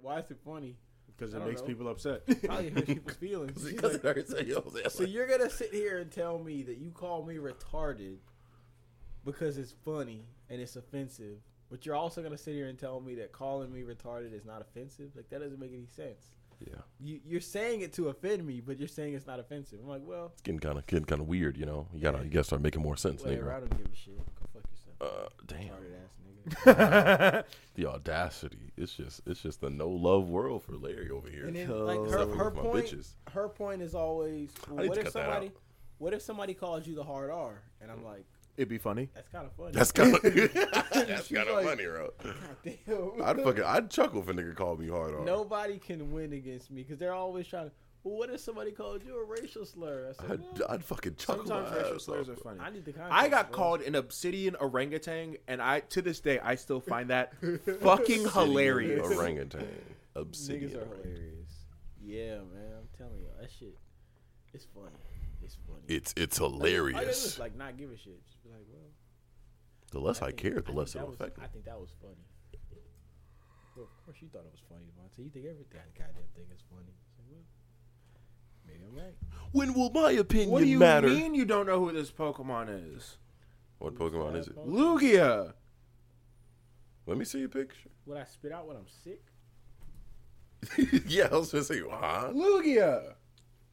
Why is it funny? because I it don't makes know. people upset. Probably hurt people's feelings. She's Because like, it hurts her heels. so you're gonna sit here and tell me that you call me retarded because it's funny and it's offensive, but you're also gonna sit here and tell me that calling me retarded is not offensive? Like that doesn't make any sense. Yeah. You, you're saying it to offend me, but you're saying it's not offensive. I'm like, well, It's getting kind of getting kind of weird, you know. You gotta you gotta start making more sense, whatever. I nigga. don't give a shit. Go fuck yourself, Uh, damn, retarded ass nigga. the audacity! It's just it's just the no love world for Larry over here. And then Cuz like I'm her, with her my point, bitches. her point is always well, need to what if cut that somebody, out. what if somebody calls you the hard R, and I'm like, It'd be funny. that's kind of funny. That's kind of that's She's kind of like- funny, bro. goddamn. I'd fucking I'd chuckle if a nigga called me hard on. Nobody can win against me because they're always trying to. Well, what if somebody called you a racial slur? I said, I'd, well, I'd fucking chuckle. Sometimes my racial ass slurs off. are funny. I need the context, I got bro. called an obsidian orangutan, and I to this day I still find that fucking hilarious. Obsidian Orangutan. Niggas Obsidian. are orangutan. hilarious. Yeah, man, I'm telling you, that shit, it's funny. It's funny. It's it's All you gotta do is, hilarious. like not give a shit. Just be like, well, The less I think- care, the think less that it'll was- affect me. I think that was funny. Well, of course you thought it was funny, Devontae. You think every that goddamn thing is funny. It's like, well, maybe I'm right. When will my opinion What do you matter? mean you don't know who this Pokemon is? What Pokemon is it? Lugia. Let me see a picture. Would I spit out when I'm sick? yeah, I was gonna say, huh? Lugia.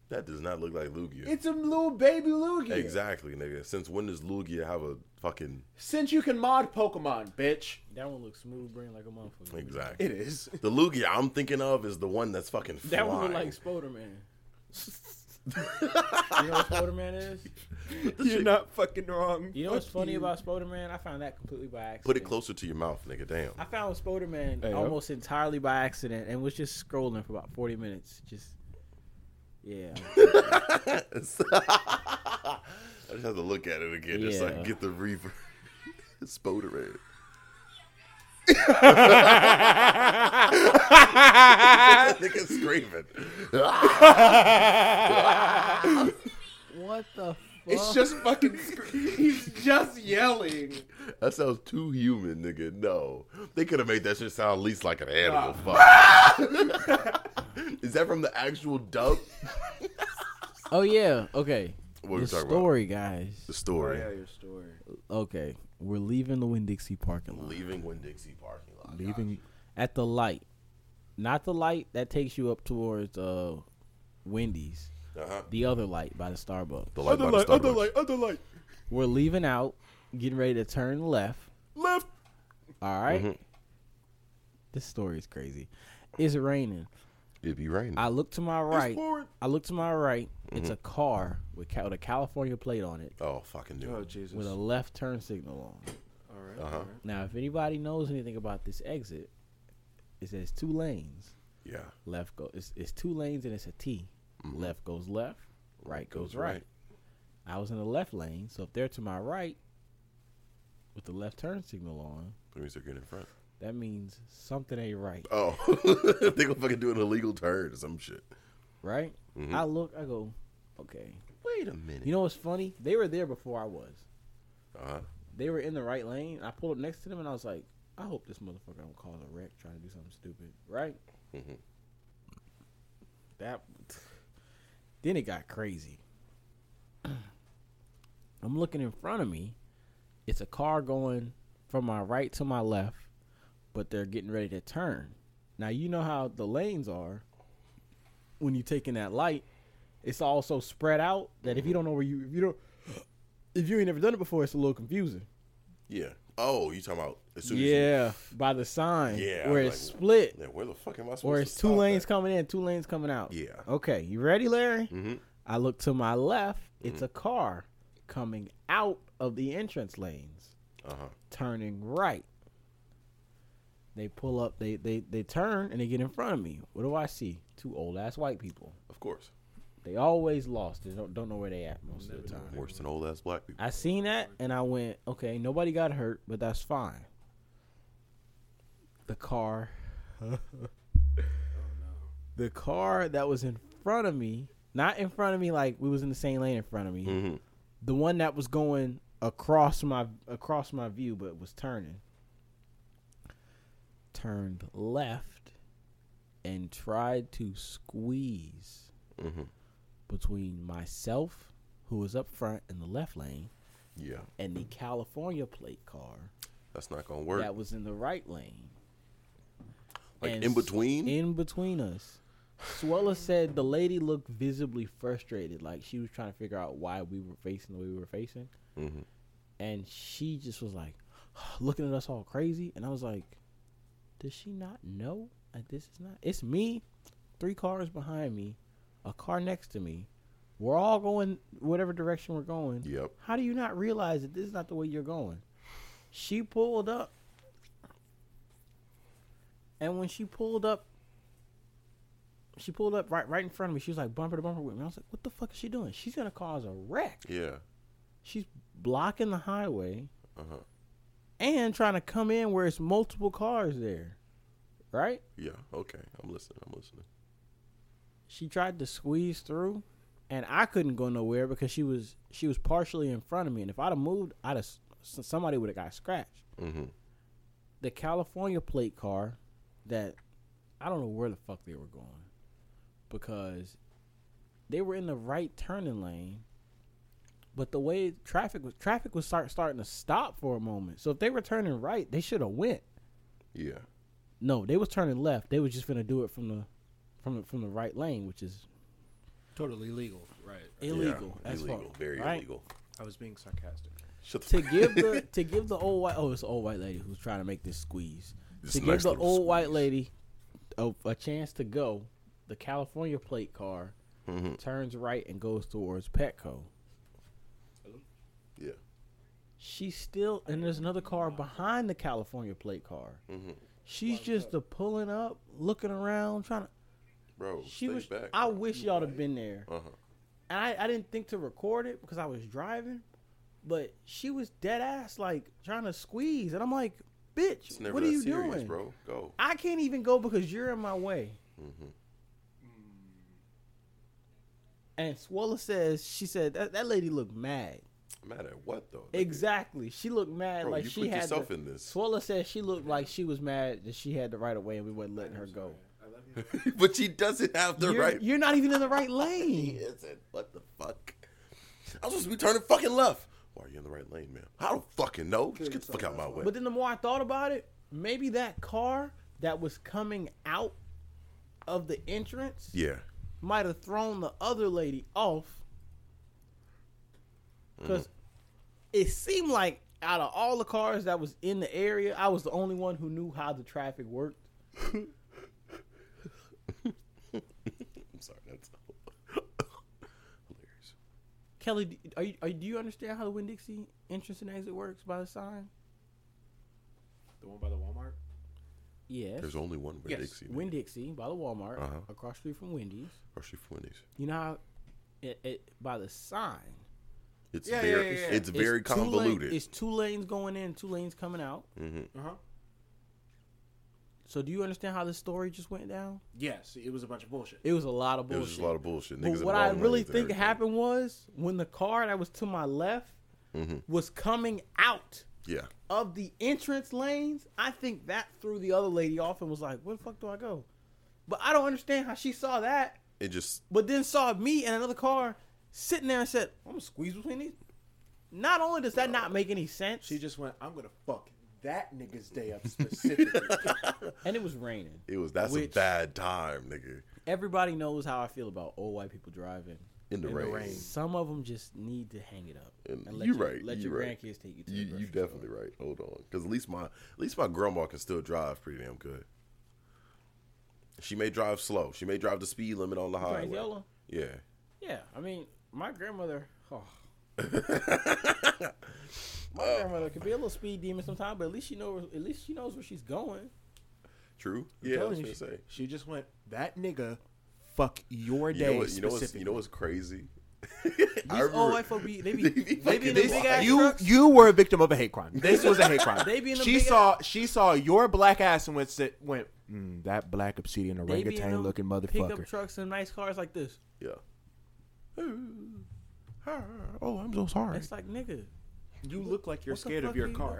That does not look like Lugia. It's a little baby Lugia. Exactly, nigga. Since when does Lugia have a fucking Since you can mod Pokemon, bitch. That one looks smooth, brain like a motherfucker. exactly? It is. The Lugia I'm thinking of is the one that's fucking flying. That one look like Spider Man. you know what Spider Man is? You're not fucking wrong. You know what's funny about Spider Man? I found that completely by accident. Put it closer to your mouth, nigga. Damn. I found Spider Man Hey, yo. almost entirely by accident and was just scrolling for about forty minutes. Just yeah. I just have to look at it again just so I can Yeah. get the reverb. Spoderman. nigga screaming. what the fuck? It's just fucking. sc- He's just yelling. that sounds too human, nigga. No. They could have made that shit sound at least like an animal. Fuck. Is that from the actual dub? Oh yeah. Okay. What we the talking about? story, The guys. story. your story. Okay, we're leaving the Winn Dixie parking lot. Leaving Winn Dixie parking lot. Leaving at the light, not the light that takes you up towards uh, Wendy's. Uh-huh. The other light by the Starbucks. The light by the Starbucks. other light. We're leaving out, getting ready to turn left. Left. All right? This story is crazy. It's raining. It be raining. I look to my right. forward. I look to my right. It's a car with, ca- with a California plate on it oh, fucking dude. Oh Jesus. with a left turn signal on. All right, Uh-huh. all right. Now, if anybody knows anything about this exit, it says two lanes. Yeah. left go it's, it's two lanes and it's a T. Left goes Mm-hmm. left, right goes, Goes right. right. I was in the left lane, so if they're to my right with the left turn signal on, That means they're getting in front. that means something ain't right, Oh, they gonna fucking do an illegal turn or some shit. right? Mm-hmm. I look, I go, okay. Wait a minute. You know what's funny? They were there before I was. uh-huh. They were in the right lane. I pulled up next to them and I was like, I hope this motherfucker don't cause a wreck trying to do something stupid, right? Mhm. That. Then it got crazy. I'm looking in front of me. It's a car going from my right to my left, but they're getting ready to turn. Now you know how the lanes are. When you take in that light, it's also spread out. That if you don't know where you if you don't if you ain't never done it before, it's a little confusing. Yeah. Oh, you talking about as soon as Yeah, by the sign. Yeah, where I'm it's like, split, you, yeah, where the fuck am I supposed or to it's two stop lanes Oh. at? coming in, two lanes coming out. Yeah. Okay, you ready, Larry? Mhm. I look to my left. It's Mm. a car coming out of the entrance lanes, Uh-huh. turning right. They pull up. They they they turn and they get in front of me. What do I see? Two old ass white people. Of course. They always lost. They don't don't know where they at most of the time. Worse than old ass black people. I seen that and I went, okay, nobody got hurt, but that's fine. The car. The car that was in front of me, not in front of me like we was in the same lane in front of me. Mhm. The one that was going across my across my view but was turning. Turned left and tried to squeeze Mhm. between myself, who was up front in the left lane, Yeah, and the California plate car that's not gonna work. that was in the right lane. like and in s- between. In between us. Suella said the lady looked visibly frustrated, like she was trying to figure out why we were facing the way we were facing. Mhm. And she just was like, looking at us all crazy. And I was like, does she not know that this is not? It's me, three cars behind me, a car next to me. We're all going whatever direction we're going. Yep. How do you not realize that this is not the way you're going? She pulled up. And when she pulled up, she pulled up right right in front of me. She was like bumper to bumper with me. I was like, what the fuck is she doing? She's gonna cause a wreck. Yeah. She's blocking the highway Uh huh. and trying to come in where it's multiple cars there. Right? Yeah. Okay. I'm listening. I'm listening. She tried to squeeze through and I couldn't go nowhere because she was she was partially in front of me. And if I'd have moved, I'd have s- somebody would have got scratched. Mm-hmm. the California plate car that I don't know where the fuck they were going because they were in the right turning lane, but the way traffic was traffic was start starting to stop for a moment. So if they were turning right, they should have went. Yeah. No, they was turning left. They was just gonna do it from the from the from the right lane, which is Totally legal. Right. illegal. Yeah. as Illegal. fuck, Very right? illegal. I was being sarcastic. Shut the to fuck- give the to give the old white oh it's an old white lady who's trying to make this squeeze This to give nice the little old white squeeze. lady a, a chance to go the California plate car Mhm. turns right and goes towards Petco Yeah. she's still and there's another car behind the California plate car Mhm. she's just the pulling up looking around trying to Bro, she Oh, stay was back. I wish y'all have been there Uh huh. and I, I didn't think to record it because I was driving, but she was dead ass like trying to squeeze, and I'm like, It's bitch, never what are that you serious, doing, bro. Go. I can't even go because you're in my way. Mm-hmm. Mhm. And Swalla says she said that, that lady looked mad. Mad at what though? Like, Exactly, she looked mad Bro, like you she put had. yourself the- in this. Swalla says she looked like she was mad that she had the right of way and we wasn't letting her go. but she doesn't have the You're, right. you're not even in the right He lane. isn't. What the fuck? I was supposed to be turning fucking left. Why are you in the right lane, man? I don't fucking know. Just get the fuck out of my way. But then the more I thought about it, maybe that car that was coming out of the entrance Yeah. might have thrown the other lady off Mm-hmm. because it seemed like out of all the cars that was in the area i was the only one who knew how the traffic worked I'm sorry. That's hilarious. kelly do- are you, are, you- do you understand how the winn-dixie entrance and exit works by the sign The one by the Walmart. yes There's only one where Yes. Dixie. man. winn-dixie by the walmart Uh-huh. across the street from wendy's Or she from Wendy's. you know how it, it by the sign It's Yeah, very, yeah, yeah, yeah. it's very two lane- convoluted. it's two lanes going in two lanes coming out hmm Uh huh. so do you understand how this story just went down Yes, it was a bunch of bullshit. it was a lot of It bullshit was just a lot of bullshit. Niggas But in what the I wrong really lanes and think everything. happened was when the car that was to my left Mhm. was coming out Yeah. of the entrance lanes, I think that threw the other lady off and was like, "Where the fuck do I go?" But I don't understand how she saw that, It just but then saw me and another car sitting there and said, "I'm gonna squeeze between these." Not only does that not make any sense, She just went. I'm gonna fuck that nigga's day up specifically. and it was raining. It was that's Which- a bad time, nigga. Everybody knows how I feel about old white people driving. In the In the rain. rain. Some of them just need to hang it up. And let you your- right, Let you your right. grandkids take you to the You grocery you store. definitely right. Hold on, because at least my at least my grandma can still drive pretty damn good. She may drive slow. She may drive the speed limit on the highway. Yolo? Yeah, Yeah, I mean, my grandmother. Oh, my Uh, grandmother could be a little speed demon sometimes, but at least she knows. At least she knows where she's going. true. I'm Yeah, I telling was you, gonna she, say. she just went. That nigga, fuck your You know day what? You know what's, specifically. you know what's crazy? These old white folk be they be they be in the This- big ass you trucks. you were a victim of a hate crime. This was a hate crime. They be in them she big saw she saw your black ass and went sit, went mm, that black obsidian They be in orangutan them looking Pickup motherfucker. trucks and nice cars like this. Yeah. Oh, I'm so sorry. It's like nigga, You look like you're what the fuck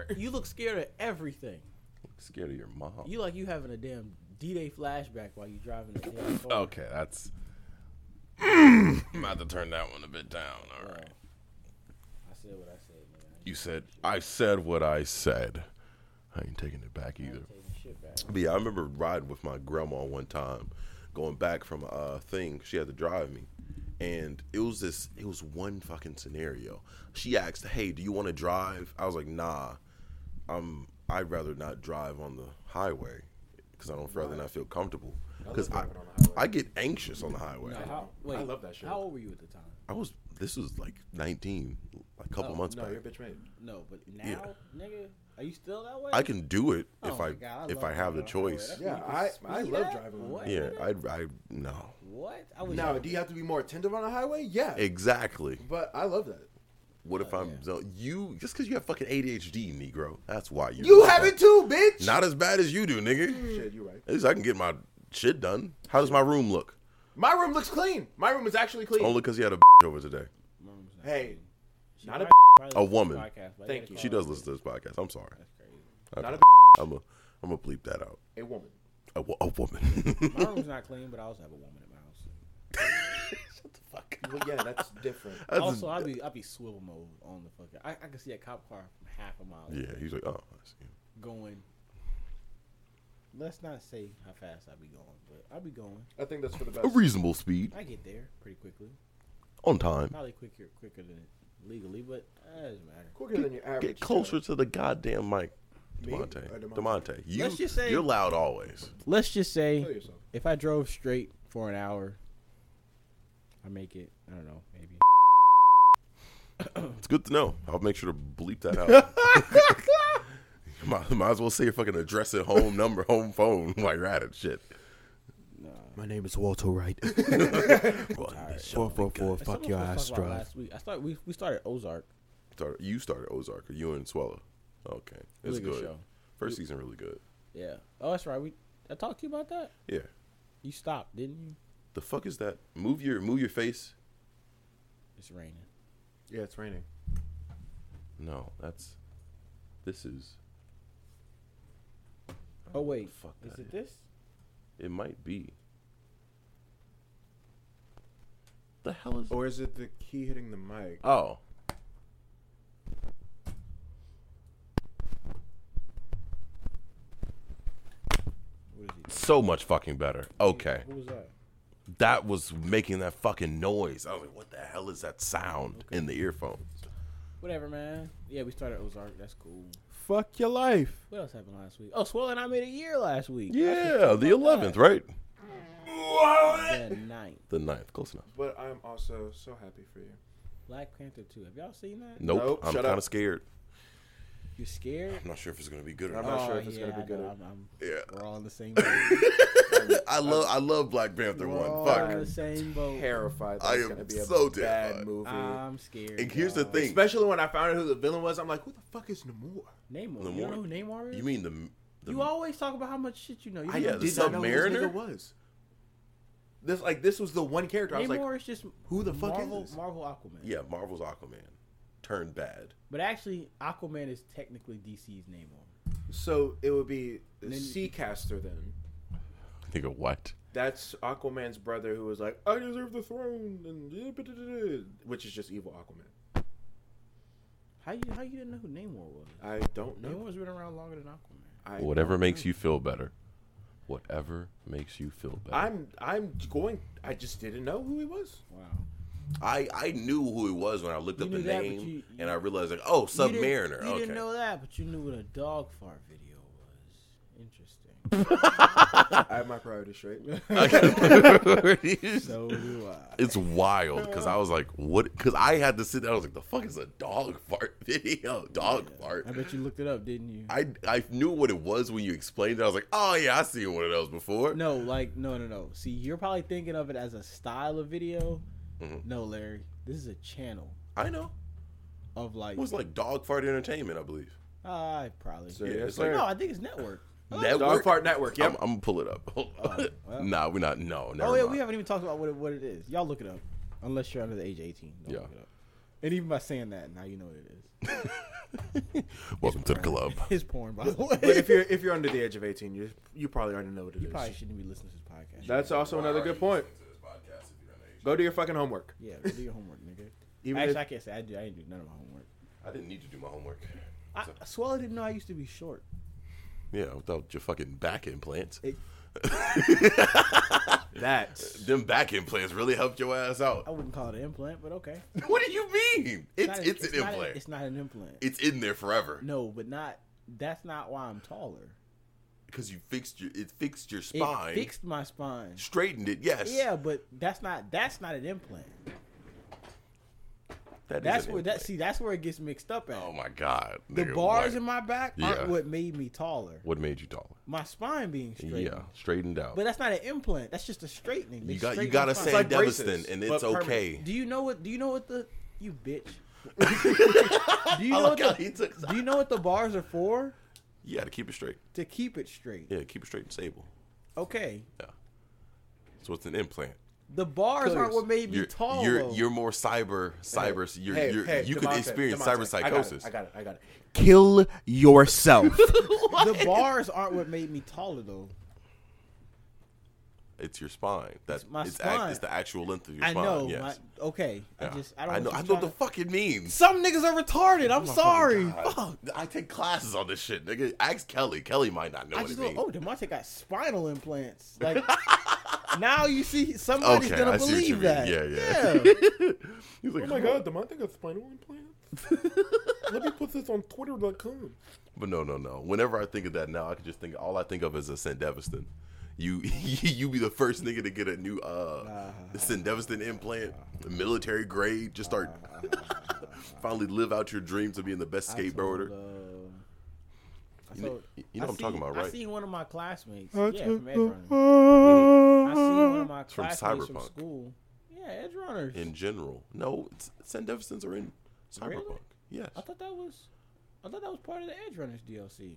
do you- You look scared of everything. scared of your mom. You like you having a damn D-Day flashback while you're driving. The damn car. Okay, that's. I'm about to turn that one a bit down. All right. I said what I said, man. You said I said what I said. I ain't taking it back either. I ain't taking shit back. But yeah, I remember riding with my grandma one time, going back from a thing. She had to drive me, and it was this. It was one fucking scenario. She asked, "Hey, do you want to drive?" I was like, "Nah, I'm. I'd rather not drive on the highway because I don't rather not feel comfortable because I, driving on the highway. I get anxious on the highway. Now, how, wait, love that shit. How old were you at the time? I was. This was like 19, a couple months Oh, No, back. you're a bitch made. No, but now, nigga, are you still that way? I can do it Oh if my I God, if love I have the driving on highway. choice. That's Yeah, what I- you I speed love at? driving on What? Yeah, nigga? I I no What? I was Now, do you have to be more attentive on the highway? Yeah, exactly. but I love that. What if I'm zoned? you just because you have fucking ADHD, Negro? That's why you. You Mm. have it too, bitch. Not as bad as you do, nigga. Shit, you're right. At least I can get my shit done. How does my room look? My room looks clean. My room is actually clean. Only because he had a over today. hey, not a Probably A listen to woman. the podcast, but I Thank gotta you. call She it. does listen to this podcast. I'm sorry. not a I'm a I'm gonna bleep that out. a woman. A, wo- a woman. My room's not clean, but I also have a woman in my house. Fuck. Well, yeah, that's different. That's a- Also, i be i be swivel mode on the fucking. I, I can see a cop car from half a mile yeah, he's like, oh, I see. going. Let's not say how fast I be going, but I be going. I think that's for the a best. reasonable speed I get there pretty quickly, on time. probably quicker quicker than legally, but uh, it doesn't matter. Quicker than your average. Get closer child. to the goddamn mic, Me Demonte. or Demonte? Demonte, you Let's just say- you're loud always. Let's just Kill say yourself. if I drove straight for an hour, I make it. I don't know, maybe. It's good to know. I'll make sure to bleep that out. might, might as well say your fucking address at home number, home phone while you're at it. Shit. My name is Walter Wright. Oh Four four four. Fuck your ass drive. Last week, I started. We, we started Ozark. Started- you started Ozark, or you and Swella. Okay, it's Really good. good show. First season really good. Yeah. Oh, that's right. We I talked to you about that. Yeah. You stopped, didn't you? The fuck is that? Move your move your face. It's raining. Yeah, it's raining. No, that's. This is. Oh wait, fuck is that it this? It might be. The hell is? Or is it the key hitting the mic? Oh. What is it? So much fucking better. Okay. Who was that? that was making that fucking noise. I was like, what the hell is that sound in the earphone? Whatever, man. Yeah, we started Ozark. That's cool. Fuck your life. What else happened last week? Oh, Swell and I made a year last week. Yeah, the 11th, right? The ninth. The 9th, close enough. But I'm also so happy for you. Black Panther two. Have y'all seen that? Nope, Nope, I'm shut kind up. of scared. You're scared. Oh, I'm not sure if it's gonna be good or I'm not. not sure if it's yeah, gonna be I good know. or- I'm, I'm, Yeah. We're all in the same boat. I love, I love Black Panther We're all one. in the Fuck. same Oh. boat. Terrified. That I it's am gonna be a so bad terrified. movie. I'm scared. And here's the y'all. thing. Especially when I found out who the villain was, I'm like, who the fuck is Namor? Namor. The You more- know who Namor is? You mean the, the you always talk about how much shit you know. You I Yeah, know the did not know who this Submariner? nigga was. This like this was the one character I was Namor like, is just who the fuck is Marvel, this? Marvel Aquaman. yeah, Marvel's Aquaman turned bad. But actually, Aquaman is technically DC's Namor. so it would be then- Seacaster then. Nigga, what? That's Aquaman's brother who was like, I deserve the throne, and which is just evil Aquaman. How you how you didn't know who Namor was? I don't know. Namor's been around longer than Aquaman. I Whatever makes you feel better. Whatever makes you feel better. I'm I'm going. I just didn't know who he was. Wow. I, I knew who he was when I looked You up the knew that, but name, you- and I realized like, oh, You didn't- Submariner. You okay. didn't know that, but you knew what a dog fart video was. Interesting. Ah. I have my priorities straight. so Uh. do I. it's wild because I was like, what? Because I had to sit there. I was like, the fuck is a dog fart video? Dog fart. I bet you looked it up, didn't you? I, I knew what it was when you explained it. I was like, oh yeah, I seen one of those before. No, like no, no, no. See, you're probably thinking of it as a style of video. Mm-hmm. No, Larry, this is a channel I know. of like. It was like dog fart entertainment, I believe. I probably. So, Yeah, yes, it's like- sir. No, I think it's network. Network. Dog Fart Network. I'm, Yep. I'm gonna pull it up. Hold on. well. Nah, we're not. No, never oh yeah, mind. we haven't even talked about what it, what it is. Y'all look it up, unless you're under the age of eighteen. Don't Yeah. look it up. And even by saying that, now you know what it is. Welcome to the club. It's porn, by the way. But if you're if you're under the age of eighteen, you you probably already know what it is. you probably shouldn't be listening to this podcast. That's also another good point. Go do your fucking homework. yeah, go do your homework, nigga. Even Actually, if- I can't say I do. I didn't do none of my homework. I didn't need to do my homework. I, Swallow didn't know I used to be short. Yeah, without your fucking back implants. It- that Them back implants really helped your ass out. I wouldn't call it an implant, but okay. What do you mean? It's Not- it's, an not- implant. it's not an implant. it's in there forever no, but not. That's not why I'm taller. because you fixed your it fixed your It spine, fixed my spine. straightened it. Yes, Yeah, but that's not. That's not an implant. That is That's an where that. implant. See, that's where it gets mixed up at. Oh my god, the nigga, bars what- in my back Yeah. aren't what made me taller. What made you taller? My spine being straight. Yeah, straightened out. But that's not an implant. That's just a straightening. They you got you straighten got to my spine. say like Deviston, braces, and but it's permanent. okay. Do you know what? Do you know what the you bitch? do you know what Look how the, he took- Do you know what the bars are for? You got to keep it straight. To keep it straight. Yeah, keep it straight and stable. Okay. Yeah. So it's an implant. The bars Clear. aren't what made me You're tall. you're, though. you're more cyber cyber. You're, Hey, you're, hey, you could Demonte, experience Demonte, cyber I got it, psychosis. I got it. I got it. Kill yourself. the bars aren't what made me taller though. It's your spine. That's It's my it's, act- spine. it's the actual length of your I spine. know. yes. My, okay. I Yeah. just I don't. know. I want know you what the Oh tryna- fuck it means. Some niggas are retarded. I'm sorry. Fuck. I take classes on this shit, nigga. Ask Kelly. Kelly might not know I what just it know, means. oh, Demonte got spinal implants. Like now you see somebody's Okay, gonna I see what you believe mean. that. Yeah, yeah. yeah. He's oh Oh like, god, Demonte got spinal implants? Let me put this on twitter.com. But no, no, no. Whenever I think of that now, I can just think. All I think of is a St. Deviston. You, you be the first nigga to get a new uh, St. Deviston implant, military grade. Just start. finally, live out your dream to being the best skateboarder. uh, I told- you know I what I'm talking seen- about, I right? seen one of my classmates. Yeah, from Edge Runner. I seen one of my from classmates from Cyberpunk. school. Yeah, Edge Runners. In general, no. it's- St. Deviston's are in Cyberpunk. Really? Yes, I thought that was, I thought that was part of the Edge Runners DLC.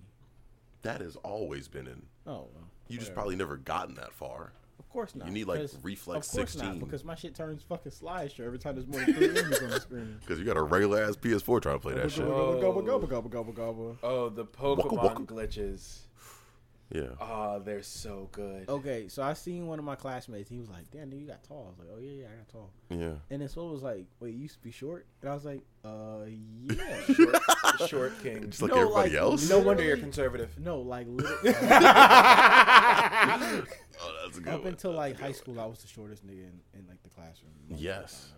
that has always been in. Oh, well, You just whatever. probably never gotten that far. Of course not. you need, like, because- reflex of course 16. Not, because my shit turns fucking slideshow every time there's more than three images on the screen. Because you got a regular ass PS4 trying to play that shit. Gobble gobble gobble gobble gobble gobble. Oh, the Pokemon waka. glitches. Yeah. Oh, they're so good. Okay, so I seen one of my classmates. He was like, "Damn, dude, you got tall." I was like, "Oh yeah, yeah, I got tall." Yeah. And then someone was like, "Wait, you used to be short?" And I was like, "Uh, yeah." Short, short king. Just like No, everybody like, else. No wonder you're conservative. no, like lit- Oh, that's a good up one. until like high school, I was the shortest nigga in, in like the classroom. Like, Yes.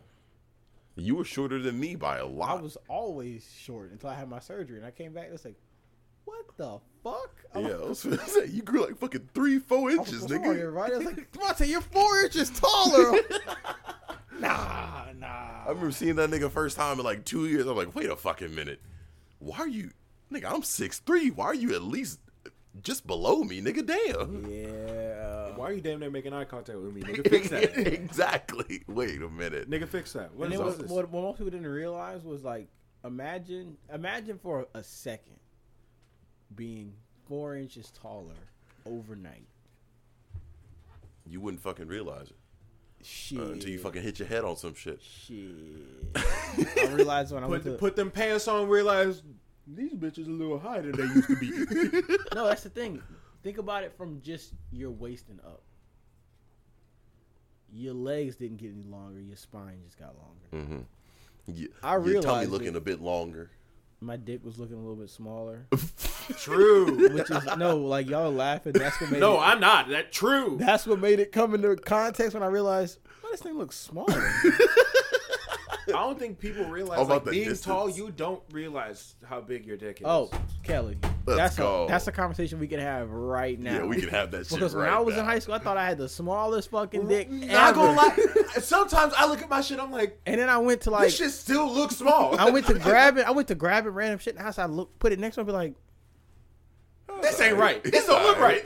You were shorter than me by a I lot. was always short until I had my surgery, and I came back. It was like, what the fuck? I'm yeah, like, I was gonna say you grew like fucking three, four "What's inches, wrong here, nigga. right? I was like, Devontae, you're four inches taller. nah, I nah. remember seeing that nigga first time in like two years. I'm like, wait a fucking minute. Why are you, nigga? I'm six three. Why are you at least just below me, nigga? Damn. Yeah. Why are you damn near making eye contact with me? Nigga, fix that. exactly. Wait a minute. Nigga, fix that. What And is then all what, this? what, what most people didn't realize was like, imagine, imagine for a second being four inches taller overnight. You wouldn't fucking realize it Shit. uh, until you fucking hit your head on some shit. Shit. I realized when I went Put, to put them pants on. Realize these bitches a little higher than they used to be. No, that's the thing. Think about it from just your waist and up. Your legs didn't get any longer. Your spine just got longer. Mm. You, I your tummy realized looking it. a bit longer. My dick was looking a little bit smaller. True. Which is no, like y'all are laughing. That's what made No, it, I'm not. That true. that's what made it come into context when I realized oh, this thing looks smaller. I don't think people realize How about like the being distance? tall. You don't realize how big your dick is. oh, Kelly, Let's that's go. a that's a conversation we can have right now. Yeah, we can have that shit. because when right I was now. in high school, I thought I had the smallest fucking dick Not ever. gonna lie. Sometimes I look at my shit. I'm like, And then I went to like this shit still looks small. I went to grab it. I went to grab it, random shit in the house. I look, put it next to me, be like, this ain't right. This don't look right.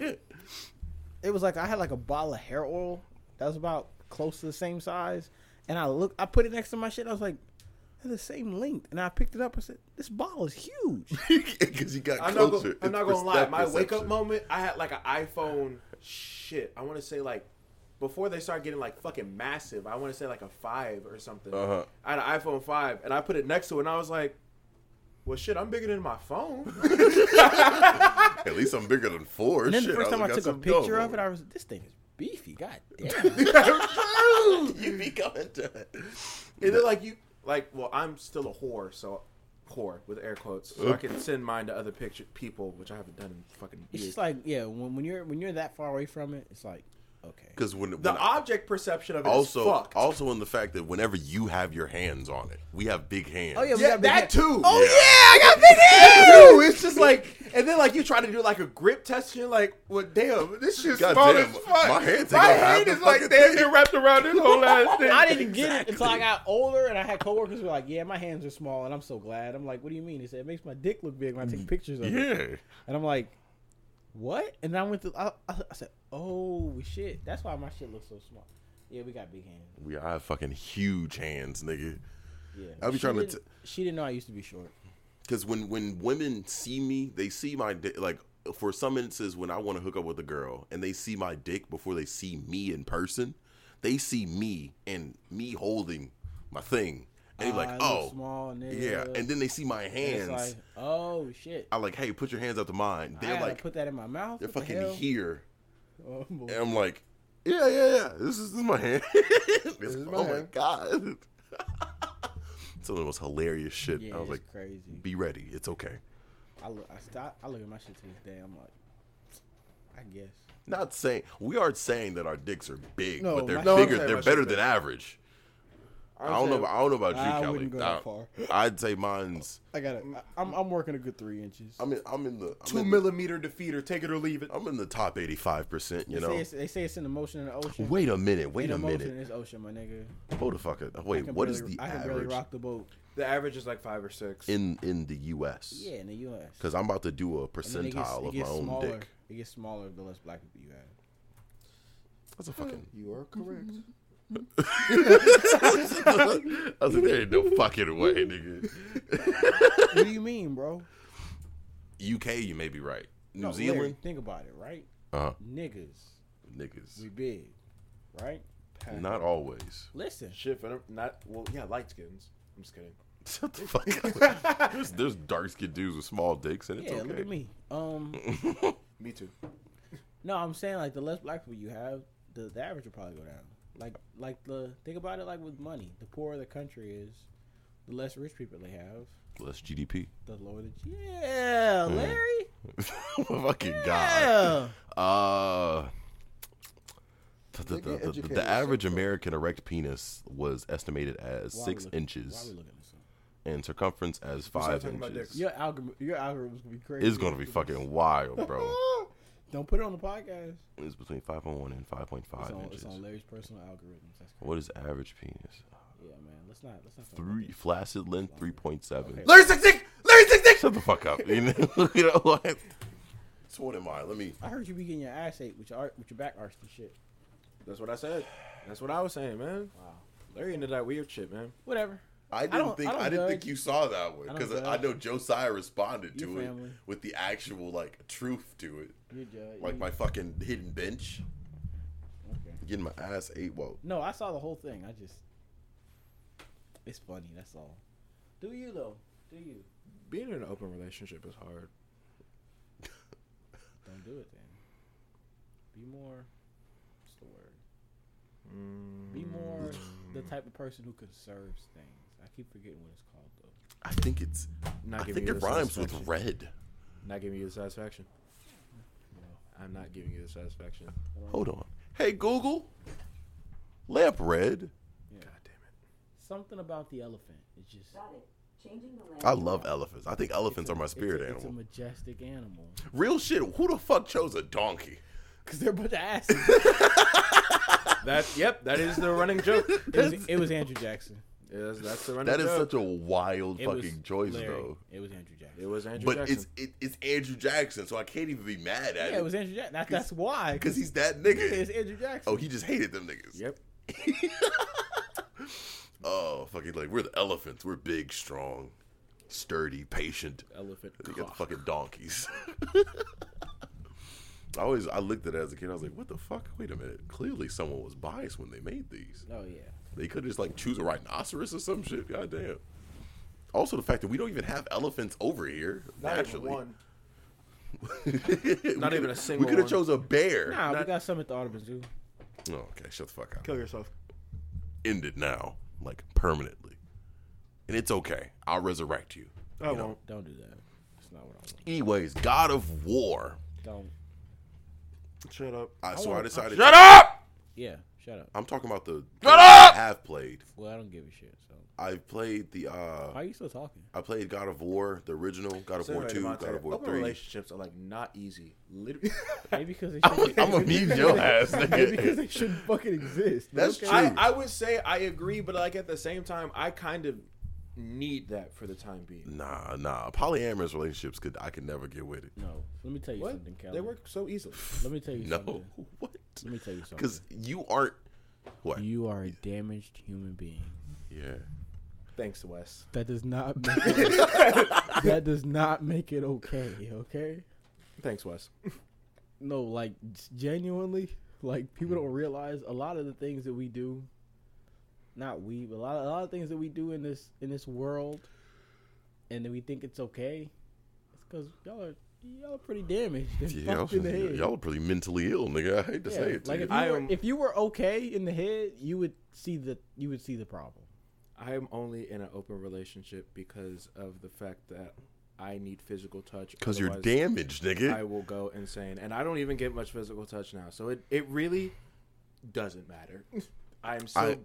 it was like I had like a bottle of hair oil that was about close to the same size, and I look, I put it next to my shit. I was like, they're the same length, and I picked it up. I said, this bottle is huge. Because you got I'm not, closer. gonna, I'm It's not gonna lie. that My wake up perception. moment, I had like an iPhone. Shit, I want to say like before they started getting like fucking massive, I want to say like a five or something. Uh-huh. I had an iPhone five, and I put it next to it, and I was like, "Well, shit, I'm bigger than my phone." At least I'm bigger than four. And then Shit, the first was time I like, took a got some picture of dough. it, I was this thing is beefy. God damn. you be coming to it. and they're like, "You like, well, I'm still a whore, so." Whore with air quotes, so I can send mine to other picture people, which I haven't done in fucking It's years. just like yeah, when, when you're when you're that far away from it, it's like okay. Because when, the when I- object perception of it is also fucked. also in the fact that whenever you have your hands on it, we have big hands. Oh yeah, we yeah, got big that hand- too. Oh yeah, I got big hands. Ew, it's just like, and then like you try to do like a grip test, and you're like, well, damn, this shit's God small damn, as fuck. my hand take My up half hand the is like fucking damn thing. near wrapped around this whole ass thing. I didn't get it until I got older, and I had coworkers who were like, "Yeah, my hands are small," and I'm so glad. I'm like, "What do you mean?" He said, "It makes my dick look big when I take pictures of it." Mm. yeah. And I'm like, "What?" And I went to, I, I, I said, "Oh shit, that's why my shit looks so small." Yeah, we got big hands. We I have fucking huge hands, nigga. Yeah, I'll be She trying to didn't- she didn't know I used to be short. Because when when women see me, they see my dick. Like for some instances, when I want to hook up with a girl and they see my dick before they see me in person, they see me and me holding my thing, and they're I like, look "Oh, small, nigga. yeah." And then they see my it's hands. like, "Oh shit." I'm like, "Hey, put your hands up to mine." I They're gotta like, put that in my mouth. "They're What the fucking hell? here," Oh, boy. and I'm like, "Yeah, yeah, yeah. This is, this is my hand. It's- is my oh my hand. god." Some of the most hilarious shit. Yeah, I was it's like, crazy. "Be ready. It's okay." I look, I stop, I look at my shit to this day. I'm like, I guess. Not saying we aren't saying that our dicks are big, No, but they're my- No, I'm bigger. saying They're my better shit's than average. I don't know. about- I don't know about you, I Kelly. wouldn't go that far. I, would say mine's. I got it. I'm I'm working a good three inches. I'm in. I'm in the I'm Two in the- millimeter defeater, take it or leave it. I'm in the top eighty-five percent. You they, say know. it's, they say it's in the motion in the ocean. Wait a minute. Wait in a the motion minute. is ocean, my nigga. Hold the fuck up. I Wait. can What is barely- the I can barely average rock the boat. The average is like five or six. in in the U.S. Yeah, in the U.S. Because I'm about to do a And then percentile it gets- it of my gets own smaller. dick. It gets smaller the less black people you have. That's a fucking. You are correct. Mm-hmm. I was like, there ain't no fucking way, nigga. what do you mean, bro? UK, you may be right. New No, Larry, Zealand, think about it, right? uh, Niggas, niggas. we big, right? Not always. Listen, Shit, but I'm not well. Yeah, light skins. I'm just kidding. Shut the fuck up. there's, there's dark skinned dudes with small dicks, and it's yeah, okay. look at me. Um, Me too. No, I'm saying like the less black people you have, the, the average will probably go down. Like like the think about it like with money. The poorer the country is, the less rich people they have, Less GDP. the lower the Yeah, Larry. Fucking Yeah. Mm. God. Uh, the, the, Nigga, the, the, the, educate average yourself. American erect penis was estimated as Why we six look- Why we inches looking this up? and circumference as five talking about inches. dicks. Your algorithm your algorithm's gonna be crazy. It's going to be fucking wild, bro. Don't put it on the podcast. it's between 5.1 and It's 5.5 on, inches. it's on Larry's personal algorithms. That's crazy. What is average penis? Yeah, man. Let's not let's not talk about Three flaccid length, 3.7. Okay. Larry six six. Larry six six. Shut the fuck up. You know, you know what? So what am I? Let me. that. I heard you be getting your ass ate with your art with your back arched and shit. That's what I said. That's what I was saying, man. Wow. Larry into that weird shit, man. Whatever. I didn't don't- think I I, don't didn't judge. think you saw that one I don't because judge. I, know Josiah responded Your to it family. with the actual like truth to it, You're judged. like my fucking hidden bench, okay. getting my ass ate. Whoa, No, I saw the whole thing. I just it's funny, that's all. Do you though? Do you? Being in an open relationship is hard. Don't do it then. Be more what's the word? Be Mm. more the type of person who conserves things. I keep forgetting what it's called though. I think it's. Not I giving think you it the rhymes with satisfaction. red. Not giving you the satisfaction. I'm not giving you the satisfaction. Hold on. Hey Google, lamp red. Yeah. God damn it. Something about the elephant. It's just Got it. Changing the language. I love elephants. I think elephants are my it's a- spirit it's animal. a majestic animal. Real shit. Who the fuck chose a donkey? Cause they're a bunch of asses. That yep, that is the running joke. it, was, it was Andrew Jackson. Yes, that's the running That is joke. such a wild It was fucking choice Larry. though. It was Andrew Jackson. It was Andrew But Jackson. it's it, it's Andrew Jackson, so I can't even be mad at yeah, it him was Andrew Jackson. That, that's why. because he's that Yeah, nigga. it's Andrew Jackson. Oh, he just hated them niggas. Yep. Oh, fucking like we're the elephants. We're big, strong, sturdy, patient. Elephant. We got the fucking donkeys. I always I looked at it as a kid. I was like, "What the fuck? Wait a minute! Clearly, someone was biased when they made these. Oh yeah. They could just like choose a rhinoceros or some shit. Goddamn." Also, the fact that we don't even have elephants over here Not naturally. even one. We Not even coulda- a single We could have one. chose a bear. Nah, we Not- got some at the Audubon Zoo. Oh, okay, shut the fuck up. Kill yourself. End it now, like permanently. And it's okay. I'll resurrect you. I You know. won't. Don't do that. It's not what I want. Anyways, God of War. Don't. Shut up. I, so I wanna- decided. Shut up! Yeah. Shut up. I'm talking about the. Shut up! I have played. Well, I don't give a shit. So I played the. why uh are you still talking? I played God of War, the original, God of So War anyway, Two, Devontae, God of War open Three. relationships are like not easy. Literally, Maybe because they I'm shouldn't. gonna need your ass. maybe because Nigga. they shouldn't fucking exist. but That's okay. true. I, I would say I agree, but like at the same time, I kind of need that for the time being. Nah, nah. Polyamorous relationships could I could never get with it. No. Let me tell you What? something, Calvin. They work so easily. Let me tell you No, something. what? Let me tell you something. Because you aren't. What? You are a damaged human being. yeah. Thanks, Wes. That does not make it, that does not make it okay. Okay. Thanks, Wes. No, like genuinely, like people don't realize a lot of the things that we do. Not we, but a lot, a lot of things that we do in this in this world, and then we think it's okay. It's because y'all are y'all are pretty damaged. and Yeah, fucked in the head. y'all are pretty mentally ill, nigga. I hate to Yeah, say it. To like you. if you, I were, am- if you were okay in the head, you would see the you would see the problem. I am only in an open relationship because of the fact that I need physical touch. Because you're otherwise damaged, nigga. I will go insane, and I don't even get much physical touch now, so it it really doesn't matter. I am still I-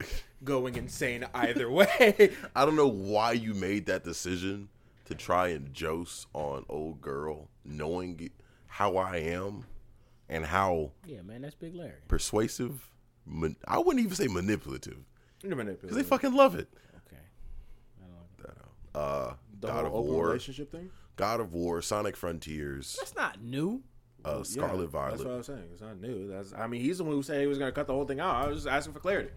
going insane either way. I don't know why you made that decision to try and joust on old girl, knowing how I am and how Yeah, man, that's Big Larry. persuasive. Man- I wouldn't even say manipulative You're because they manipulative. fucking love it. Okay. Uh, the God of whole open War, relationship thing. God of War, Sonic Frontiers, That's not new. uh, Scarlet Yeah, Violet. That's what I was saying. It's not new. That's I mean, he's the one who said he was going to cut the whole thing out. I was just asking for clarity.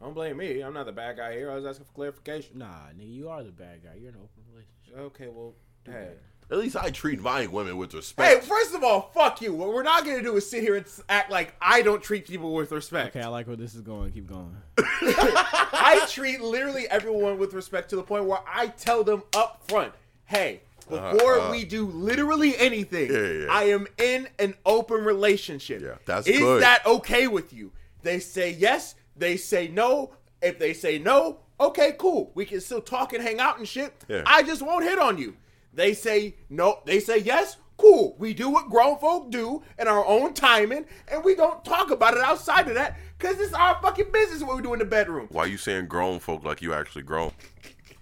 Don't blame me. I'm not the bad guy here. I was asking for clarification. Nah, nigga, you are the bad guy. You're in an open relationship. Okay, well, hey. At least I treat my women with Hey, respect. first of all, fuck you. What we're not going to do is sit here and s- act like I don't treat people with respect. Okay, I like where this is going. Keep going. I treat literally everyone with respect to the point where I tell them up front, hey, before uh. we do literally anything, Yeah, yeah, yeah. I am in an open relationship. Yeah, that's Is good. that okay with you? They say yes, they say no. If they say no, okay, cool. We can still talk and hang out and shit. Yeah. I just won't hit on you. They say no, they say yes, cool. We do what grown folk do in our own timing, and we don't talk about it outside of that because it's our fucking business what we do in the bedroom. Why you saying grown folk like you actually grown?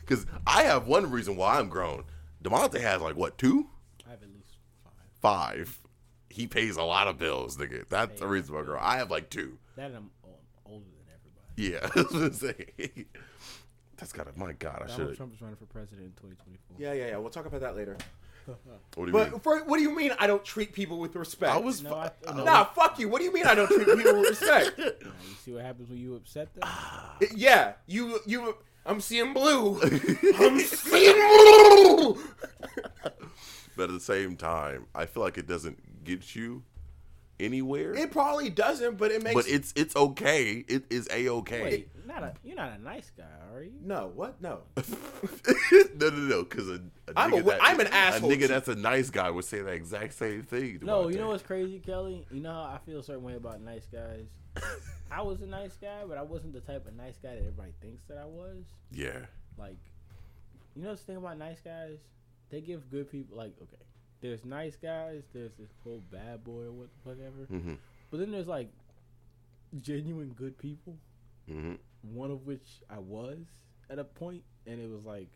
Because I have one reason why I'm grown. Demonte has like what two, I have at least five. five. He pays a lot of bills, nigga. That's the reason why I'm grown. I have like two. That and I'm, oh, I'm older than everybody. Yeah, I was gonna say. That's gotta. My God, I Donald should. Trump is running for president in 2024. Yeah, yeah, yeah. We'll talk about that later. What do you mean? But for, what do you mean I don't treat people with respect? I was. No, I, no, nah, fuck you. What do you mean I don't treat people with respect? no, you see what happens when you upset them? Yeah, you, you. I'm seeing blue. I'm seeing blue. but at the same time, I feel like it doesn't get you anywhere. It probably doesn't, but it makes. but it's it's okay. It is a okay. Wait, not a, you're not a nice guy, are you? no, what? No. no, no, no. Because a, a I'm a nigga wi- I'm an asshole A nigga too. that's a nice guy would say the exact same thing. No, you Devontae. know what's crazy, Kelly? You know how I feel a certain way about nice guys? I was a nice guy, but I wasn't the type of nice guy that everybody thinks that I was. Yeah. Like, you know the thing about nice guys? They give good people, like, okay, there's nice guys, there's this whole bad boy or what, whatever. Mm-hmm. But then there's, like, genuine good people, Mm-hmm. one of which I was at a point, and it was like,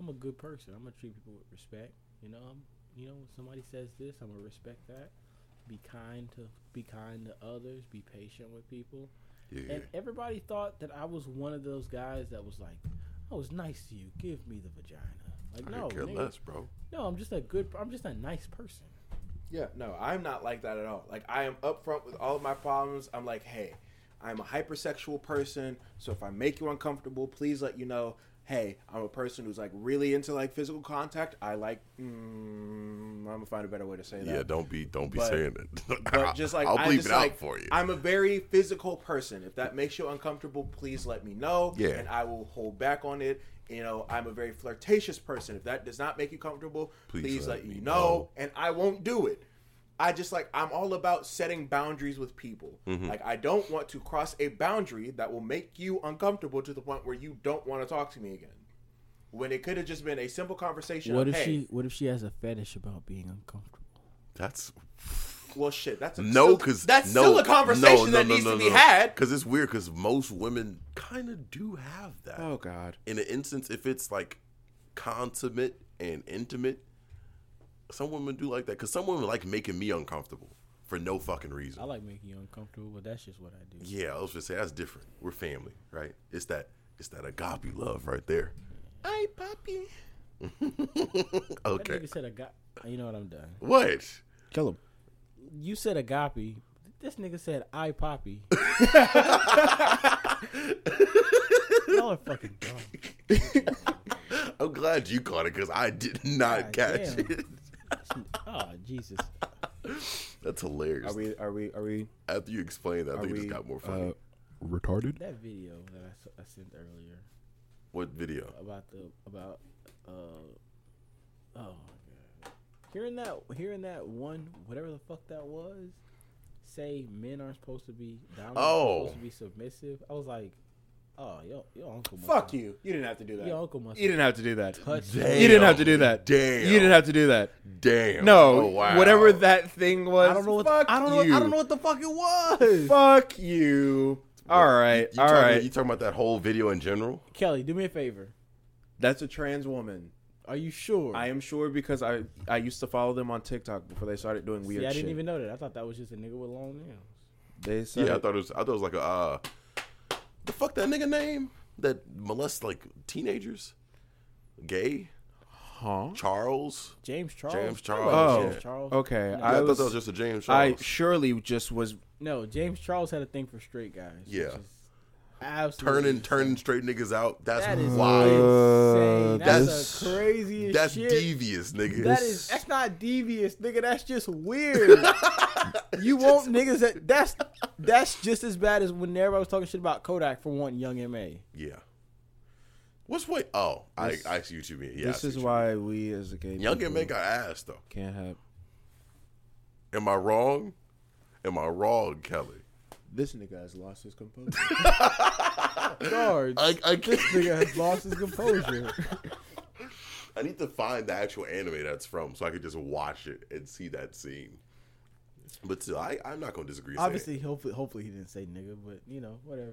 I'm a good person. I'm going to treat people with respect. You know, I'm, you know, when somebody says this, I'm going to respect that. Be kind to be kind to others. Be patient with people. Yeah. And everybody thought that I was one of those guys that was like, I was nice to you. Give me the vagina. Like, I no, could care nigga. less, bro. no, I'm just a good, I'm just a nice person. Yeah, no, I'm not like that at all. Like I am upfront with all of my problems. I'm like, hey, I'm a hypersexual person, so if I make you uncomfortable, please let you know. hey, I'm a person who's like really into like physical contact. I like. Mm, I'm gonna find a better way to say that. Yeah, don't be don't be But- saying it. But just like I'll I'm bleep just it out like, for you. I'm a very physical person. If that makes you uncomfortable, please let me know. Yeah. And I will hold back on it. You know, I'm a very flirtatious person. If that does not make you comfortable, please, let, me know. And I won't do it. I just like I'm all about setting boundaries with people. Mm-hmm. Like I don't want to cross a boundary that will make you uncomfortable to the point where you don't want to talk to me again. When it could have just been a simple conversation. What of, if hey, she? What if she has a fetish about being uncomfortable? That's Well, shit. That's a no, still- because that's still a conversation that needs to be had. Because it's weird. Because most women kind of do have that. Oh God. In an instance, if it's like consummate and intimate, some women do like that. Because some women like making me uncomfortable for no fucking reason. I like making you uncomfortable, but that's just what I do. yeah, I was just say that's different. We're family, right? It's that it's that agape love right there. Hey, puppy. That Okay, nigga said agape. You know what? I'm done. what? Kill him. You said agape. This nigga said I poppy. Y'all are fucking dumb. I'm glad you caught it because I did God not catch damn. it. Oh Jesus! That's hilarious. Are we? Are we? Are we? After you explained that, I think it we, just got more funny. uh, Retarded? That video that I s- I, sent earlier what video? about the about uh oh my god, hearing that hearing that one whatever the fuck that was say men aren't supposed to be down. Oh. supposed to be submissive. I was like, oh yo, your uncle. must Fuck have- you. You didn't have to do that. Your uncle must. You didn't have to do that. touch You didn't have to do that. Damn. You didn't have to do that. Damn. No, Oh, wow. whatever that thing was. I don't know what fuck I don't know. You. I don't know what the fuck it was. Fuck you. All right. You All talking, right. You talking about that whole video in general? Kelly, do me a favor. That's a trans woman. Are you sure? I am sure because I I used to follow them on TikTok before they started doing See, weird I shit. didn't even know that. I thought that was just a nigga with long nails. They said Yeah, I thought it was. I thought it was like a. Uh, the fuck that nigga name that molests like teenagers, gay huh? Charles. James Charles. James I Charles, remember yeah. James Charles. Okay. Yeah, I, I, was, thought that was just a James I Charles. surely just was No, James Charles had a thing for straight guys. which Yeah. is Absolutely. turning turning straight niggas out. That's That is wild. insane. That's, that's- the craziest That's shit. devious, nigga. That is that's not devious, nigga. That's just weird. you want niggas that that's that's just as bad as whenever I was talking shit about Kodak for one young MA. yeah. What's what? Oh, This- I I see what you mean. Yeah, I This see is what why we as a gay you mean. young people and make our ass though. can't have Am I wrong? Am I wrong, Kelly? This nigga has lost his composure. Charge. I, I can't. nigga has lost his composure. I need to find the actual anime that's from so I could just watch it and see that scene. But still, I, I'm not going to disagree. saying- Obviously, hopefully, hopefully he didn't say nigga, but you know, whatever.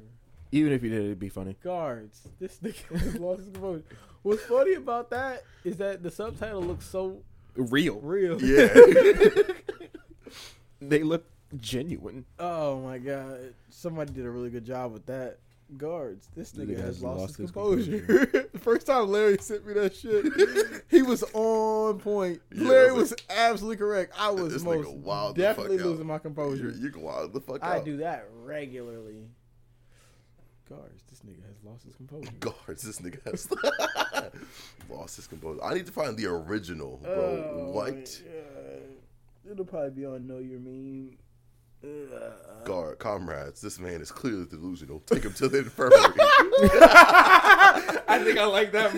even if you did it'd be funny. Guards, this nigga has lost his composure. What's funny about that is that the subtitle looks so Real. real. Yeah. They look genuine. Oh my god, somebody did a really good job with that. Guards, this nigga nigga has has lost, his lost his composure. First time Larry sent me that shit, he was on point. Yeah, Larry I was was absolutely correct. I was This nigga most wild the definitely fuck out. losing my composure. you, you can wild the fuck I out. do that regularly. Guards, this nigga has lost his composure. Guards, this nigga has lost his composure. I need to find the original, bro. what? Oh It'll probably be on Know Your Meme. Guard, comrades, this man is clearly delusional. Take him to the infirmary. I think I like that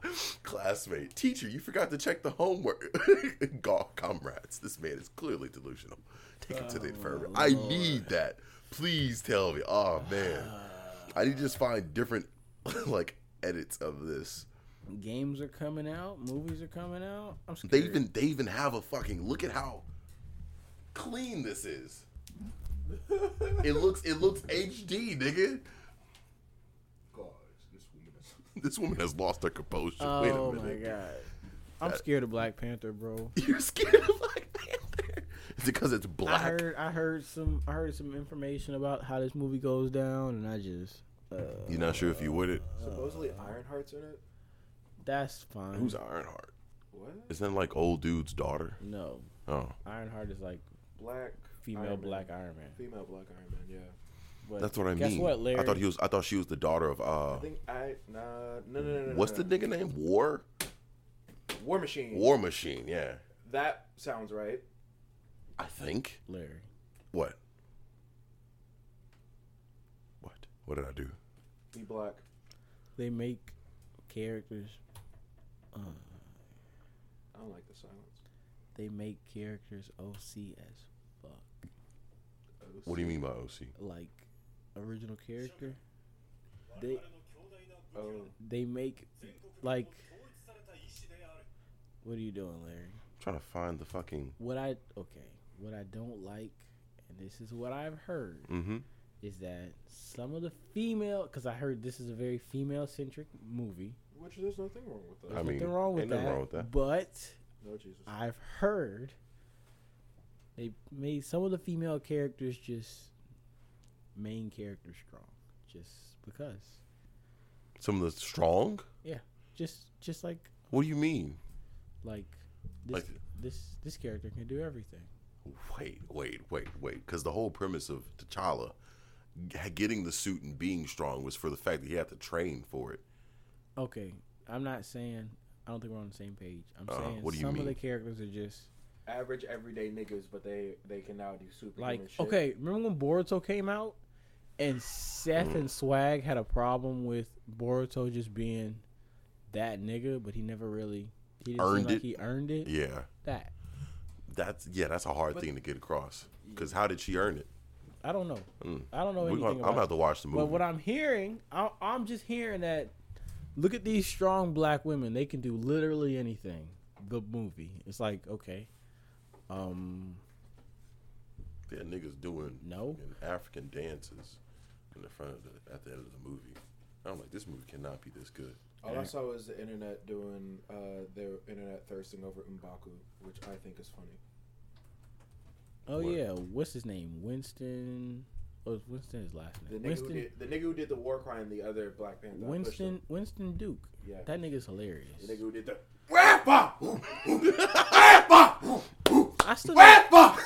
more. Classmate, teacher, you forgot to check the homework. God, comrades, this man is clearly delusional. Take him to the infirmary. I need that. Please tell me. Oh man, I need to just find different like edits of this. Games are coming out. Movies are coming out. I'm scared. They even they even have a fucking look at how clean this is. it looks it looks HD, nigga. This woman has lost her composure. Oh Wait a minute. my god. I'm scared of Black Panther, bro. You're scared of Black Panther. Is it because it's I black? heard I heard some I heard some information about how this movie goes down, and I just uh, You're not sure if you would it. Supposedly Ironheart's in it. that's fine. Who's Ironheart? What? Isn't that like old dude's daughter? no Oh. Ironheart is like Black female Iron Man. Black Iron Man. Female Black Iron Man. Yeah. But That's what I guess mean. what, Larry? I thought he was. I thought she was the daughter of. I uh think I nah, no no no no. What's no, the nigga name? War. no. War Machine? War Machine. Yeah. That sounds right. I think. Larry. What? What? What did I do? Be black. They make characters. I don't like the silence. They make characters OC as fuck. What do you mean by OC? Like original character. They Oh, they make like. What are you doing, Larry? trying to find the fucking. What I okay. What I don't like, and this is what I've heard, Mm-hmm. is that some of the female. Because I heard this is a very female centric movie. which there's nothing wrong with that. I mean, nothing wrong with, ain't that, nothing wrong with that. But No Jesus. I've heard they made some of the female characters just main characters strong, just because. Some of the strong. Yeah, just just like What do you mean? like this Like- this this character can do everything. Wait, wait, wait, wait. Because the whole premise of T'Challa g- getting the suit and being strong was for the fact that he had to train for it. Okay, I'm not saying I don't think we're on the same page. I'm Uh, saying what do you some of mean? the characters are just Average everyday niggas, but they they can now do superhuman like shit. okay. Remember when Boruto came out and Seth Mm. and Swag had a problem with Boruto just being that nigga, but he never really he didn't Earned seem like it? he earned it. Yeah, That that's yeah, that's a hard thing to get across. Because how did she earn it? I don't know. I don't know We're anything Mm. gonna, I'm about. gonna have to watch the it. movie. but what I'm hearing, I, I'm just hearing that. Look at these strong black women; they can do literally anything. The movie, it's like okay, um, yeah, niggas doing No. fucking African dances in the front of the at the end of the movie. I'm like, this movie cannot be this good. All I saw was the internet doing uh, their internet thirsting over Mbaku, which I think is funny. oh What? yeah, what's his name? Winston. Oh, Winston his last The name. nigga, Winston. who did, the nigga who did the war crime, the other Black Panther. I pushed Winston. him. Winston Duke. Yeah. That nigga's hilarious. The nigga who did the. I still, I Rapper!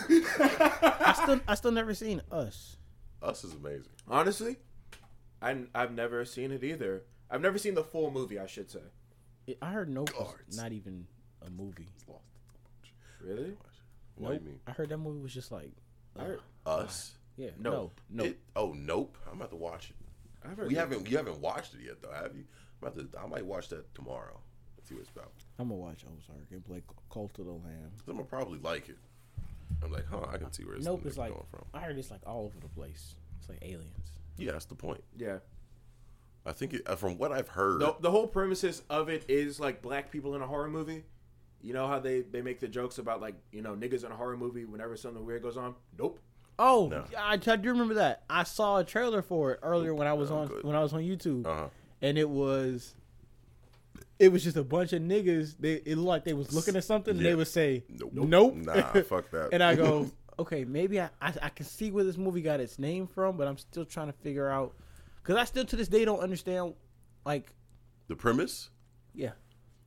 still, I still never seen Us. Us is amazing. Honestly, I, I've never seen it either. I've never seen the full movie, I should say. It- I heard Nope was Guards. not even a movie. Lost. Really? What Nope. do you mean? I heard that movie was just like, uh, I heard, Us? yeah, no, Nope. no. It- oh, nope. I'm about to watch it. I've heard We that. haven't you haven't watched it yet though, have you? I'm about to, I might watch that tomorrow. Let's see what it's about. I'm gonna watch Ozark and play Cult of the Lamb. 'Cause I'm gonna probably like it. I'm like, huh? I can see where it's Nope is like going from. I heard it's like all over the place. It's like aliens. Yeah, that's the point. Yeah. I think it, uh, from what I've heard, The, the whole premises of it is like black people in a horror movie. You know how they, they make the jokes about like, you know, niggas in a horror movie whenever something weird goes on? Nope. Oh, No. I, I do remember that. I saw a trailer for it earlier when I was I'm on good. when I was on YouTube, uh-huh. and it was it was just a bunch of niggas. They it looked like they was looking at something, and Yeah. they would say, Nope. "Nope, Nah, fuck that. and I go, "Okay, maybe I, I I can see where this movie got its name from, but I'm still trying to figure out because I still to this day don't understand, like, the premise. yeah."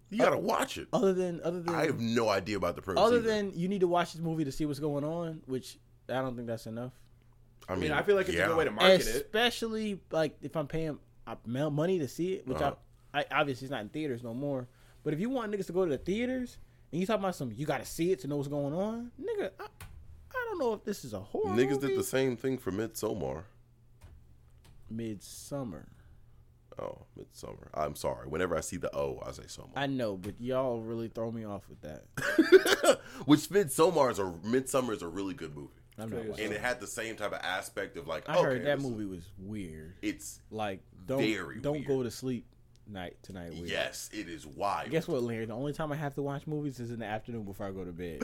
You gotta watch it. Other than other than I have no idea about the premise. Uh, other either. than you need to watch this movie to see what's going on, which I don't think that's enough. I mean, I feel like it's a good way to market it. Especially like if I'm paying uh, mo- money to see it, which Uh-huh. I, I obviously it's not in theaters no more. But if you want niggas to go to the theaters and you talk about some, you got to see it to know what's going on, nigga. I, I don't know if this is a horror. Niggas did movie. the same thing for Midsommar. Midsummer. Oh, Midsummer. I'm sorry. Whenever I see the O, I say Somar. I know, but y'all really throw me off with that. Which Midsommar is a Midsummer is a really good movie, I'm not watching. and it had the same type of aspect of like. I okay, heard that this is- movie was weird. It's Like don't Very don't weird. go to sleep night tonight. Weird. yes, it is wild. Guess what, Larry? The only time I have to watch movies is in the afternoon before I go to bed.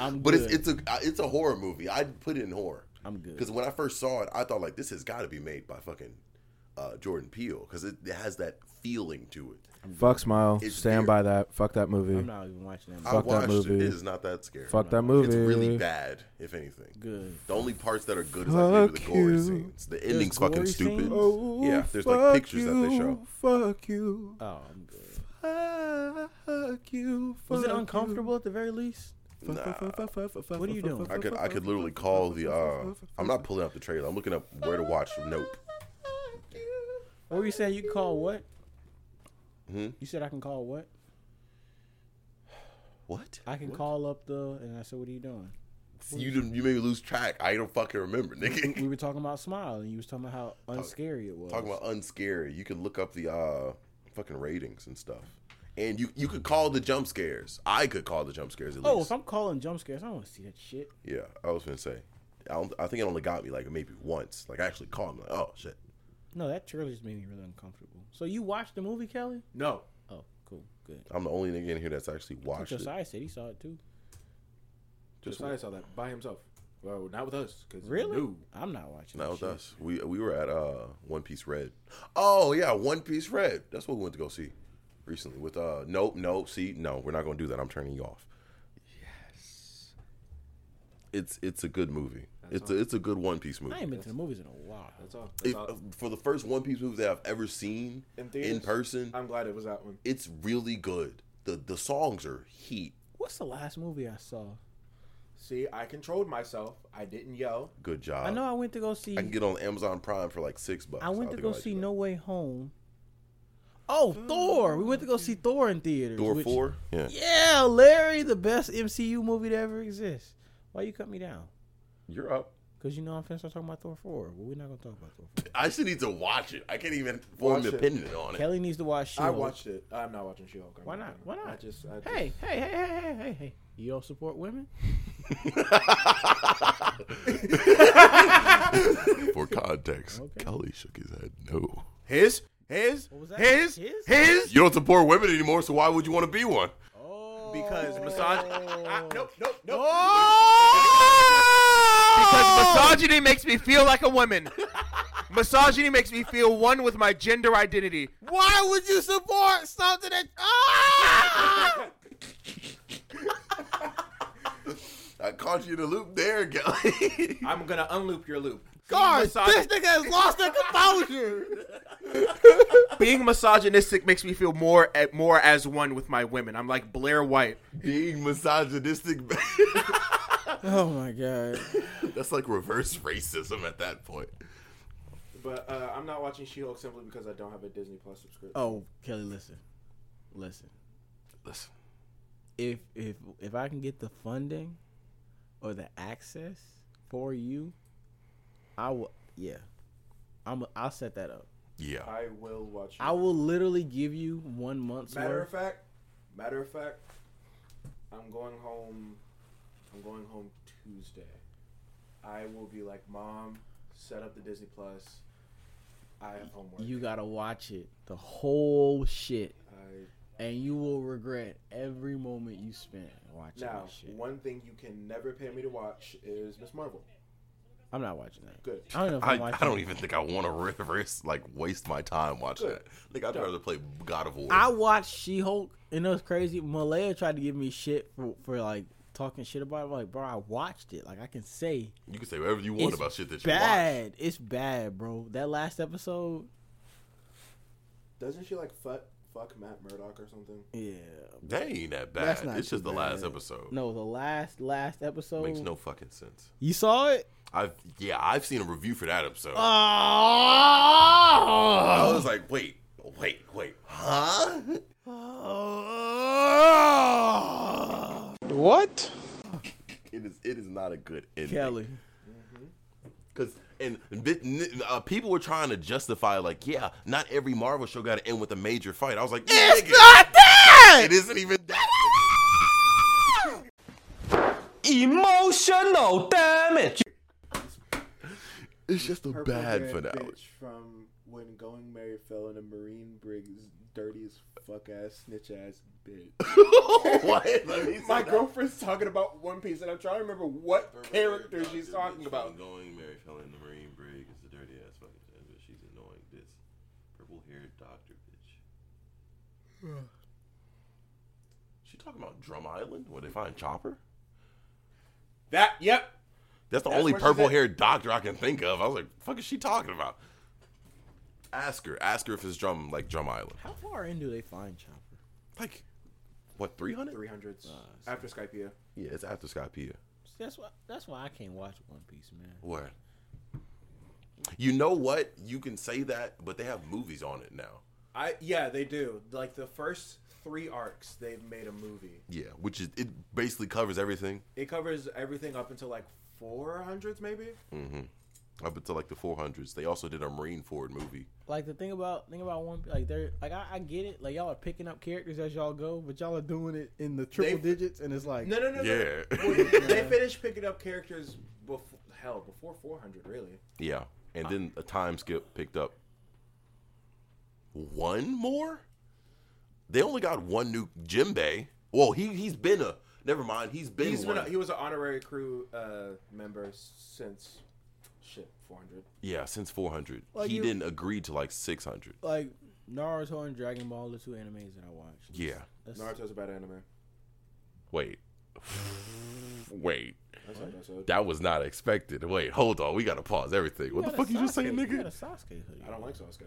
I'm good. But it's it's a uh, it's a horror movie. I'd put it in horror I'm good. because when I first saw it, I thought like this has got to be made by fucking uh, Jordan Peele because it, it has that feeling to it. Fuck Smile. It's Stand weird. by that. Fuck that I'm movie. not even watching that. I movie. Fuck that watched it. movie. It is not that scary. Fuck that movie. It's really bad, if anything. Good. The only parts that are good is like maybe the Fuck gore you. scenes. The ending's fucking gory stupid. scenes? Oh, yeah, there's like fuck pictures that they show. you, Fuck you. Oh, I'm good. Fuck you. Fuck Was it uncomfortable at the very least? You. What are you doing? I could I could literally call the. uh I'm not pulling up the trailer. I'm looking up where to watch. Nope. What were you saying? You can call what? Hmm? You said I can call what? What? I can call up the and I said, What are you doing? You didn't, you made me lose track. I don't fucking remember, nigga. We were talking about smile and you was talking about how unscary it was. Talking about unscary. You can look up the uh fucking ratings and stuff. And you you could call the jump scares. I could call the jump scares at Oh, if least. I'm calling jump scares, I don't want to see that shit. yeah, I was gonna say. I, don't, I think it only got me like maybe once. Like I actually called. i like, oh shit. No, that trailer just made me really uncomfortable. So you watched the movie, Kelly? No. Oh, cool, good. I'm the only nigga in here that's actually watched it. Josiah said he saw it too. Just Josiah saw that by himself. Well, not with us. Cause Really? No. I'm not watching. That that was shit. us. We we were at uh One Piece Red. Oh yeah, One Piece Red. That's what we went to go see recently. With uh nope, nope, see, no, we're not gonna do that. I'm turning you off. Yes. It's it's a good movie. it's a it's a good One Piece movie. I ain't been to the movies in a while. That's all. That's If- uh, all. for the first One Piece movie that I've ever seen In in, theaters? person, I'm glad it was that one. it's really good. The the songs are heat. What's the last movie I saw? See, I controlled myself. I didn't yell. Good job. I know I went to go see. Oh. I can get on Amazon Prime for like six bucks. I went don't to think go I'll let see you No Way Home. Oh, Thor! We went to go see Thor in theaters. Door which- four. Yeah. Yeah, Larry, the best MCU movie to ever exist. Why you cut me down? You're up. Because you know I'm finished talking about Thor four. Well, we're not gonna talk about Thor four. I should need to watch it. I can't even form Watch an it. opinion on it. Kelly needs to watch. I She-Hulk. watched it. I'm not watching She-Hulk. I'm Why not? gonna- Why not? I just. I just Hey, hey, hey, hey, hey, hey, hey! You don't support women? For context, Okay. Kelly shook his head no. His? His? What was that? His? His? His? You don't support women anymore, so why would you want to be one? Oh, Because massage. Ah, nope, nope, nope. Because misogyny makes me feel like a woman. misogyny makes me feel one with my gender identity. Why would you support something that? Ah! I caught you in a loop there, Kelly. I'm gonna unloop your loop. God, Misog- this nigga has lost their composure. Being misogynistic makes me feel more at more as one with my women. I'm like Blair White. Being misogynistic, Oh my god! that's like reverse racism at that point. But uh, I'm not watching She-Hulk simply because I don't have a Disney Plus subscription. Oh, Kelly, listen, listen. Listen, If if if I can get the funding or the access for you, I will. Yeah, I'm. I'll set that up. yeah. I will watch. I will literally give you one month's Matter worth. of fact, matter of fact, I'm going home. I'm going home Tuesday. I will be like, Mom, set up the Disney Plus. I have homework. you gotta watch it, the whole shit, Uh, I, and you will regret every moment you spent watching now, that Oh, shit. one thing you can never pay me to watch is Miss Marvel. I'm not watching that. Good. I don't know if I, I'm I watching. don't even think I want to reverse, like, waste my time watching that. Good. Like, I'd Don't. rather play God of War. I watched She Hulk, and it was crazy. Malaya tried to give me shit for, for like talking shit about it. I'm like, bro, I watched it. Like, I can say you can say whatever you want It's about shit that you watch. bad. It's bad, bro. That last episode, Doesn't she like fuck fuck Matt Murdock or something? yeah, That ain't that bad. That's not it's just too the last bad. episode. no, the last last episode. Makes no fucking sense. you saw it? I've yeah, I've seen a review for that episode. I Oh, was like, wait, wait, wait, huh? What? It is it is not a good ending. Kelly. Cause and bit- n- uh, people were trying to justify like, yeah, not every Marvel show got to end with a major fight. I was like, it's not that. It isn't even that. Emotional damage. It's just a Purple bad haired finale. bitch from when Going Mary fell in a Marine brig's dirty as fuck ass snitch ass bitch. what? Let me see My that. girlfriend's talking about One Piece, and I'm trying to remember what character she's talking about. Going Mary fell in the Marine brig. It's a dirty ass fucking but she's annoying. This purple haired doctor bitch. she talking about Drum Island where they find Chopper? That, yep. That's the That's only where she's at. purple haired doctor I can think of. I was like, fuck is she talking about? Ask her. Ask her if it's drum like Drum Island. How far in do they find Chopper? Like What three hundred? Three hundreds I after Skypea. Yeah, it's after Skypea. That's why. That's why I can't watch One Piece, man. Where? You know what? You can say that, but they have movies on it now. I yeah, they do. Like the first three arcs, they've made a movie. Yeah, which is it basically covers everything It covers everything up until like four hundreds, maybe. Mm-hmm. up until like the four hundreds. They also did a Marine Ford movie. Like the thing about thing about One Piece, like they're like I, I get it. Like y'all are picking up characters as y'all go, but y'all are doing it in the triple They've- digits, and it's like No, no, no. no. Yeah, they finished picking up characters before hell before four hundred, really. yeah. And then a time skip picked up one more. They only got one new Jimbei. Well, he he's been a never mind. He's been He's one. been a, he was an honorary crew uh, member since shit four hundred. yeah, since four hundred. Well, he you- didn't agree to like six hundred. like Naruto and Dragon Ball, the two animes that I watched. Yeah. That's- Naruto's about anime. Wait. Wait. That's an episode. That was not expected. Wait, hold on. We gotta pause everything. What the got a fuck you just Sasuke- saying, got a nigga? Sasuke hoodie. I don't like Sasuke.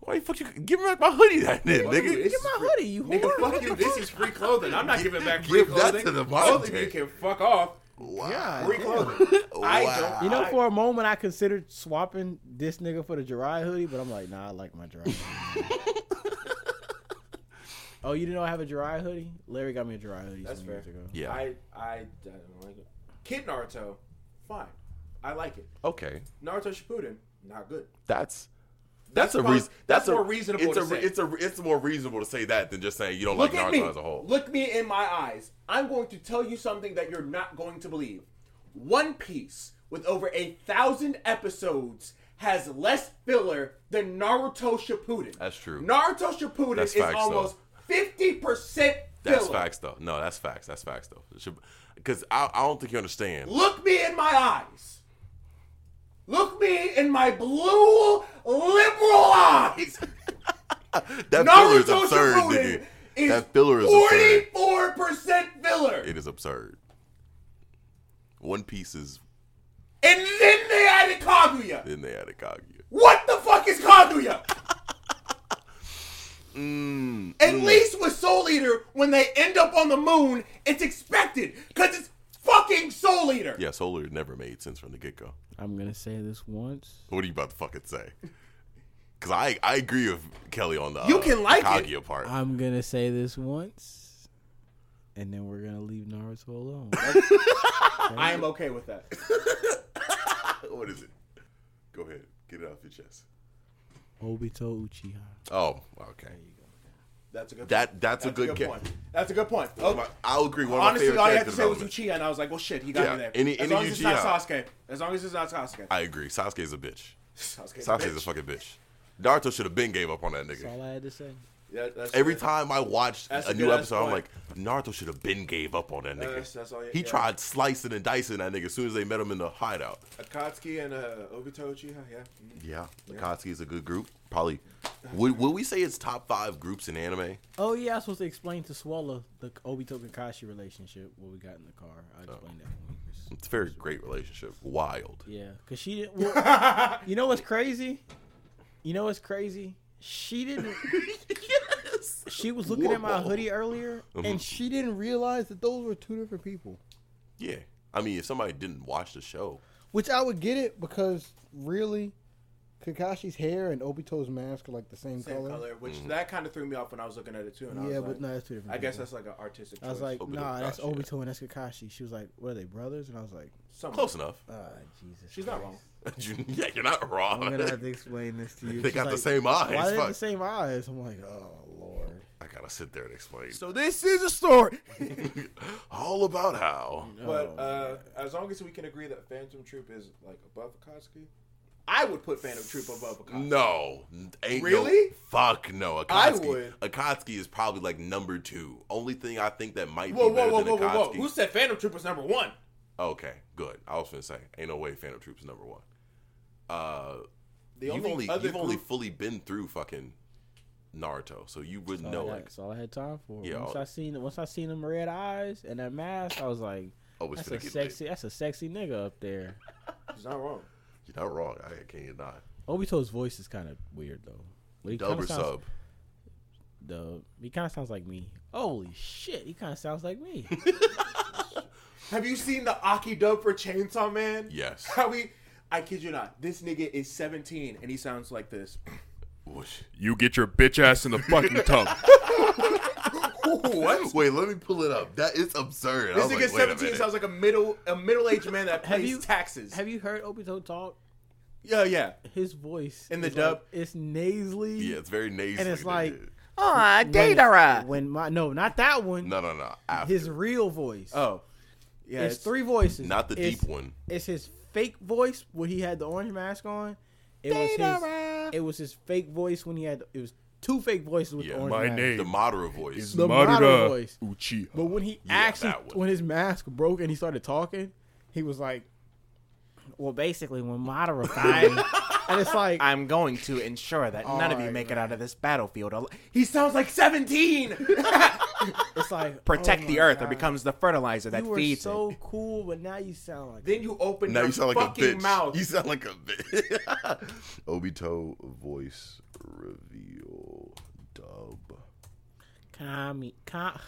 Why the fuck you give me back my hoodie that then, Dude, nigga? Get this is my free- hoodie, you Nigga, whore. fuck you. This is free clothing. I'm not giving back free Give that clothing. to the Both of you Monday. can fuck off. Wow. Free clothing. I don't. You know, I- for a moment, I considered swapping this nigga for the Jiraiya hoodie, but I'm like, nah, I like my Jiraiya. oh, you didn't know I have a Jiraiya hoodie? Larry got me a Jiraiya hoodie That's some fair. years ago. Yeah. I, I don't like it. Kid Naruto, fine. I like it. okay. Naruto Shippuden, not good. That's that's, a prob- reason. that's a- more reasonable It's to a re- say. it's a re- it's more reasonable to say that than just saying you don't Look like at Naruto me. as a whole. Look me in my eyes. I'm going to tell you something that you're not going to believe. One Piece, with over a thousand episodes, has less filler than Naruto Shippuden. That's true. Naruto Shippuden That's is facts, though. almost fifty percent filler. that's facts though. No, that's facts. That's facts though. Because I, I don't think you understand. Look me in my eyes. Look me in my blue liberal eyes. That filler is Naruto absurd, Shippuden nigga. is that filler is absurd. forty-four percent filler, It is absurd. One Piece is and then they added Kaguya. in the Atakaguya. What the fuck is Kaguya? Mm, At least with Soul Eater, when they end up on the moon, it's expected because it's fucking Soul Eater. Yeah, Soul Eater never made sense from the get go. I'm gonna say this once. What are you about to fucking say? Because I I agree with Kelly on the You can like it. Uh, Kaguya part. I'm gonna say this once, and then we're gonna leave Naruto alone. I am okay with that. what is it? Go ahead, get it off your chest. Obito Uchiha. Oh, okay. That's a good. That that's, that's a good, ca- point. That's a good point. My- I agree. One of my Honestly, favorite all you had character to say was developments. Uchiha, and I was like, "Well, shit, he got Yeah, me there." any- as any long as it's not Uchiha. Sasuke. As long as it's not Sasuke. I agree. Sasuke's a bitch. Sasuke's Sasuke's a fucking bitch. Naruto should have been gave up on that nigga. That's all I had to say. Yeah, that's Every good. time I watched That's a a new good-ass episode, I'm point. like, Naruto should have been gave up on that nigga. that's- that's all you- he yeah. tried slicing and dicing that nigga as soon as they met him in the hideout. Akatsuki and uh, Obito Uchiha. Yeah. Mhm. Yeah, Akatsuki is a good group. Probably, would, would we say it's top five groups in anime? Oh yeah, I was supposed to explain to Swallow the Obito Kakashi relationship. What we got in the car. I explained that when we was It's a very great relationship. Wild. Yeah, cause she didn't. Well, you know what's crazy? You know what's crazy? She didn't. yes. She was looking at my Whoa. Uh-huh. hoodie earlier, and she didn't realize that those were two different people. Yeah. I mean, if somebody didn't watch the show, Which I would get it because really, Kakashi's hair and Obito's mask are like the same, Same color. color, which Mm-hmm. that kind of threw me off when I was looking at it too. And I Yeah, was but like, no, that's two different. I guess people. that's like an artistic. Choice. I was like, Obito nah, that's Kakashi, yeah. Obito and that's Kakashi. She was like, what are they brothers? And I was like, Somewhat. close enough. ah, Jesus. She's not wrong. You- yeah, you're not wrong. I'm gonna have to explain this to you. They She's got the like, same eyes. Why they Fuck. the same eyes? I'm like, oh lord. I gotta sit there and explain. So this is a story. All about how. But uh, as long as we can agree that Phantom Troop is like above Akatsuki, I would put Phantom Troop above Akatsuki. No, ain't no- Really? fuck no. Akatsuki, I would. Akatsuki is probably like number two. Only thing I think that might Whoa, be whoa, better whoa, than whoa, whoa, whoa! Akatsuki. Who said Phantom Troop was number one? Okay, good. I was gonna say, ain't no way Phantom Troop's number one. Uh, The you've only, you've group- only fully been through fucking Naruto, so you wouldn't know. Like, that's all I had time for. Yeah, once all- I seen once I seen them red eyes and that mask, I was like, oh, it's that's gonna a get sexy, that's a sexy nigga up there. He's not wrong. Lit. You're not wrong. I can't deny. Obito's voice is kind of weird though. Like, he Dub kinda or sounds- sub? the he kind of sounds like me. Holy shit, he kind of sounds like me. Have you seen the Aki dub for Chainsaw Man? Yes. How we? I kid you not. This nigga is 17 and he sounds like this. You get your bitch ass in the fucking tub. what? Wait, let me pull it up. That is absurd. This I was nigga like, wait a 17 minute. sounds like a middle a middle aged man that Have pays you- taxes. Have you heard Obito talk? yeah, yeah. His voice In the is dub? like- it's nasally. yeah, it's very nasally. And it's like- dude. Ah, Datara. When my no, not that one. no, no, no. After. His real voice. Oh, yeah. it's, three voices. not the It's- deep one. It's his fake voice when he had the orange mask on. It was his. It was his fake voice when he had. It was two fake voices with Yeah, the orange my mask. name The Madara voice. It's The Madara Madara voice. Uchiha. But when he Yeah, actually, that one. when his mask broke and he started talking, he was like, "Well, basically, when Madara died," and it's like, I'm going to ensure that none of you Alright, make it out of this battlefield. al- He sounds like 17. it's like Protect oh the my earth, or God. becomes the fertilizer that You were feeds so it. cool, but now you sound like then you open now your you sound like a fucking bitch. mouth. You sound like a bitch. Obito voice reveal dub. Kami, Ka-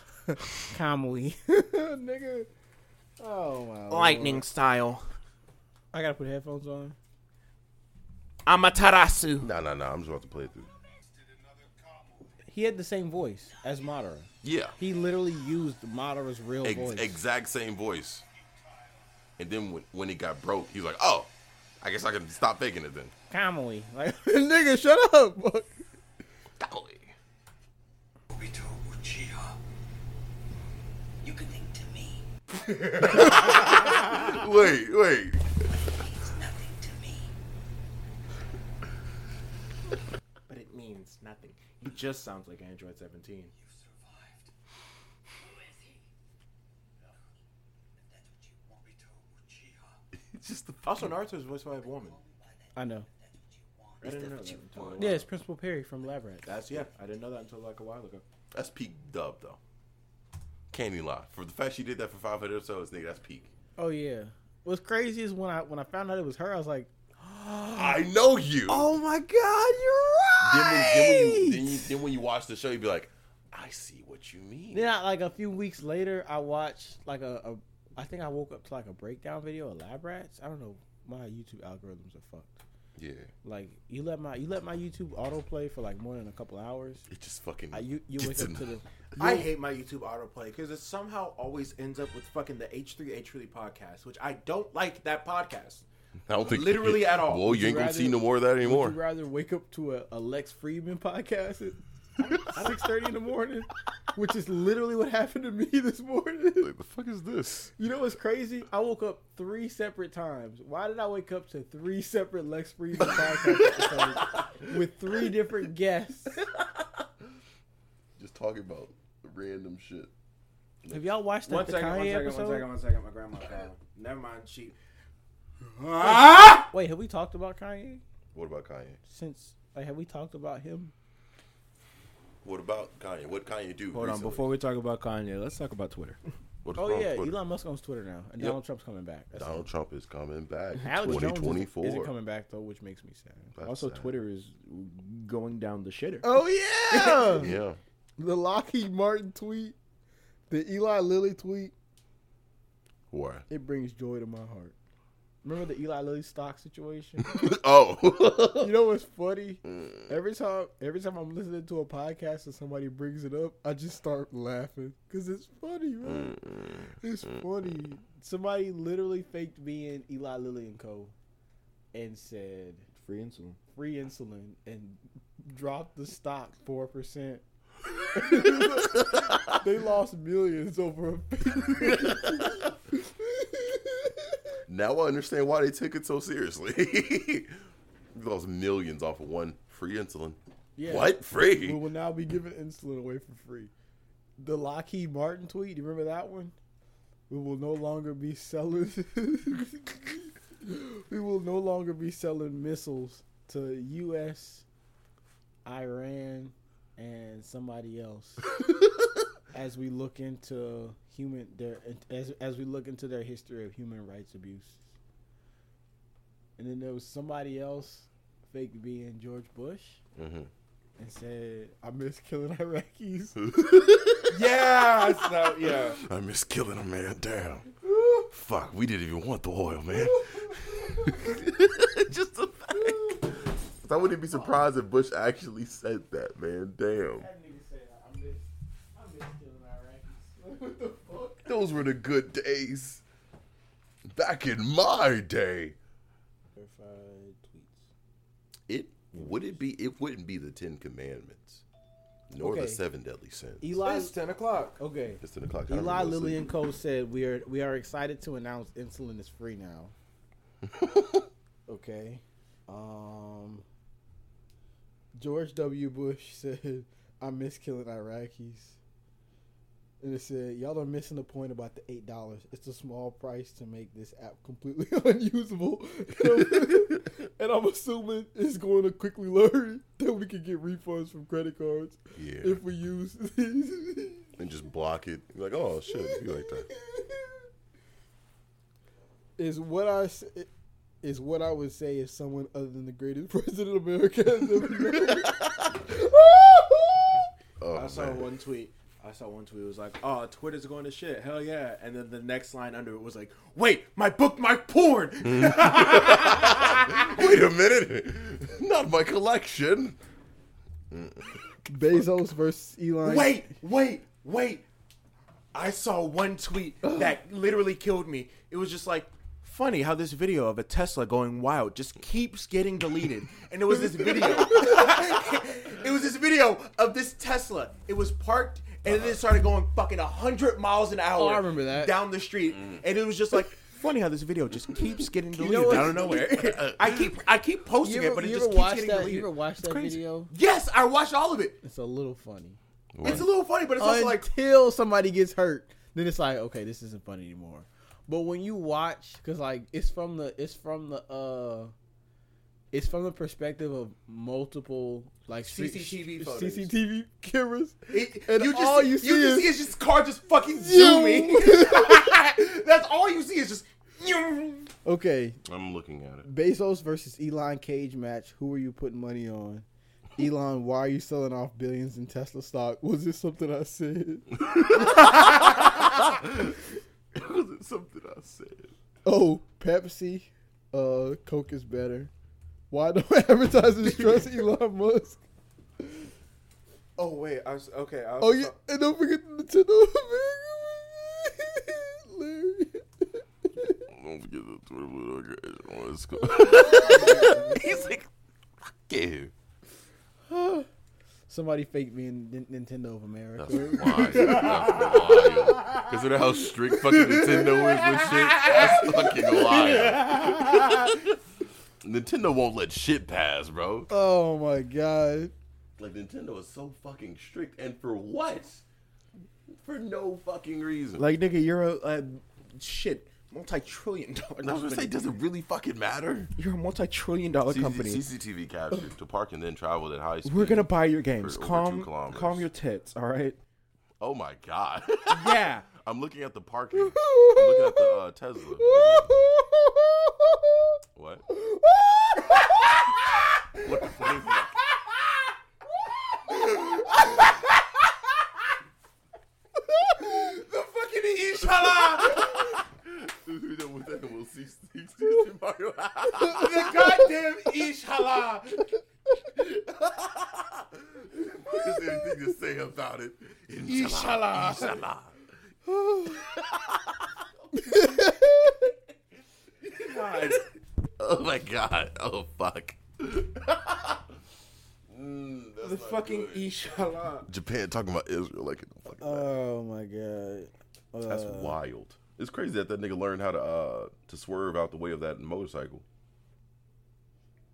Kamui, nigga. Oh my! Lightning Lord. style. I gotta put headphones on. Amaterasu. No, no, no. I'm just about to play it through. He had the same voice as Madara. Yeah. He literally used Madara's real Ex- voice. exact same voice. And then when, when it got broke, he was like, oh, I guess I can stop faking it then. Kamui, like nigga, shut up. fuck. Golly. Obito Uchiha. You can link to me. Wait, wait. It's nothing to me. But it means nothing. He just sounds like Android 17. You survived. Who is he? If that's what you want. Obito Uchiha. It's just the Also, Naruto's voiced by a woman. I know. That's what you want. I didn't know that until a while- Yeah, it's Principal Perry from Lab Rat. That's yeah. I didn't know that until like a while ago. That's peak dub, though. Can't even lie. For the fact she did that for 500 episodes, nigga, that's peak. Oh yeah. What's crazy is when I when I found out it was her, I was like, I know you. "Oh my God, you're Then when, right." then, when you, then, you, then when you watch the show, you'd be like, I see what you mean. Then, I, like a few weeks later, I watched like a, a I think I woke up to like a breakdown video of Lab Rats. I don't know. My YouTube algorithms are fucked. Yeah. Like you let my you let my YouTube autoplay for like more than a couple hours. It just fucking. I, you you wake gets up in- to the I hate my YouTube autoplay because it somehow always ends up with fucking the H3H really podcast, which I don't like that podcast. I don't think literally at all. Whoa, you ain't gonna rather- see no more of that Would anymore. you rather wake up to a, a Lex Friedman podcast at six thirty in the morning, which is literally what happened to me this morning? Like, the fuck is this? You know what's crazy? I woke up three separate times. Why did I wake up to three separate Lex Friedman podcast episodes with three different guests? Just talking about random shit. Have y'all watched that One the second, Kanye one second, episode? one second, one second. My grandma called. Never mind. She. Wait, have we talked about Kanye What about Kanye? since? Like, have we talked about him? What about Kanye? What Kanye do? Hold on. recently? Before we talk about Kanye, let's talk about Twitter. What's Oh wrong yeah, with- Elon Musk owns Twitter now, and Yep. Donald Trump's coming back. That's all. Donald Trump is coming back. Alex Jones isn't- Twenty isn't, four. coming back though, which makes me sad. also, Twitter is going down the shitter. Oh yeah, Yeah. the Lockheed Martin tweet, the Eli Lilly tweet. Why? It brings joy to my heart. Remember the Eli Lilly stock situation? oh. you know what's funny? Every time, every time I'm listening to a podcast and somebody brings it up, I just start laughing because it's funny, man. It's funny. Somebody literally faked being Eli Lilly and Co. and said Free insulin. free insulin and dropped the stock four percent. they lost millions over a now I understand why they took it so seriously. We lost millions off of one free insulin. Yeah. What We free? will now be giving insulin away for free. The Lockheed Martin tweet, you remember that one? We will no longer be selling. we will no longer be selling missiles to U.S., Iran, and somebody else as we look into human their as as we look into their history of human rights abuse. And then there was somebody else fake being George Bush Mhm. and said, "I miss killing Iraqis." Yeah, so yeah. I miss killing a man. Damn. Fuck, we didn't even want the oil, man. Just the fact. I wouldn't be surprised if Bush actually said that, man. Damn. Those were the good days. Back in my day. Verified tweets. It would it be it wouldn't be the Ten Commandments. Nor the Okay. seven deadly sins. Eli, It's ten o'clock. okay. It's ten o'clock. I don't Eli know, sleep. Lilly and Co. said, "We are we are excited to announce insulin is free now." okay. Um. George W. Bush said, "I miss killing Iraqis." And it said, "Y'all are missing the point about the eight dollars. It's a small price to make this app completely unusable, and I'm, and I'm assuming it's going to quickly lower that we can get refunds from credit cards Yeah. if we use these." and just block it. You're like, oh shit, you like that. is what I s- is what I would say if someone other than the greatest president America has ever known. Oh, I saw man. one tweet. I saw one tweet. It was like, "Oh, Twitter's going to shit. Hell yeah!" And then the next line under it was like, "Wait, my bookmark Mm. porn." Wait a minute. Not my collection. Bezos versus Elon. wait, wait, wait. I saw one tweet that literally killed me. It was just like, funny how this video of a Tesla going wild just keeps getting deleted. And it was this video. it was this video of this Tesla. It was parked and then it started going fucking 100 miles an hour Oh, I remember that. Mm. down the street. And it was just like, funny how this video just keeps getting deleted what- out of nowhere. I keep I keep You posting ever, it, but it you just ever keeps watch getting that? deleted. You ever watch that Crazy. video? Yes, I watched all of it. It's a little funny It's a little funny, but it's also like until somebody gets hurt. Then it's like, okay, this isn't funny anymore. But when you watch, because like it's from the it's from the uh, it's from the perspective of multiple like street- CCTV photos. CCTV cameras. It- And you just all see, you you see just is- see is just car just fucking zooming. That's all you see is just. zoom. Okay, I'm looking at it. Bezos versus Elon cage match. Who are you putting money on? Elon, why are you selling off billions in Tesla stock? Was this something I said? Was it something I said? Oh, Pepsi, uh, Coke is better. Why don't advertisers trust Elon Musk? Oh wait, I was okay. I was, Oh yeah, and don't forget the Nintendo of America. Larry. Don't forget the Twitter blue notification. Let's go. He's like, fuck you. Somebody faked being Nin- Nintendo of America. That's wild. That's wild. Consider how strict fucking Nintendo is with shit. That's fucking wild. Nintendo won't let shit pass, bro. Oh my god. Like Nintendo is so fucking strict, and for what? For no fucking reason. like nigga, you're a uh, shit multi-trillion dollar. And I was gonna say, Company. does it really fucking matter? You're a multi-trillion dollar CC company. CCTV captured to park and then traveled at high speed. We're gonna buy your over games. two Calm, kilometers. calm your tits. All right. Oh my god. Yeah. I'm looking at the parking. I'm looking at the uh, Tesla. What? what the fuck is that? the fucking inshallah. That was- that was six- six- six- Mario. the goddamn inshallah. Is there anything to say about it? Inshallah. Inshallah. Oh my god. Oh fuck. Mm, that's The not fucking good. inshallah. Japan talking about Israel like it don't fucking matter. Oh my god. That's wild. It's crazy that that nigga learned how to uh to swerve out the way of that motorcycle.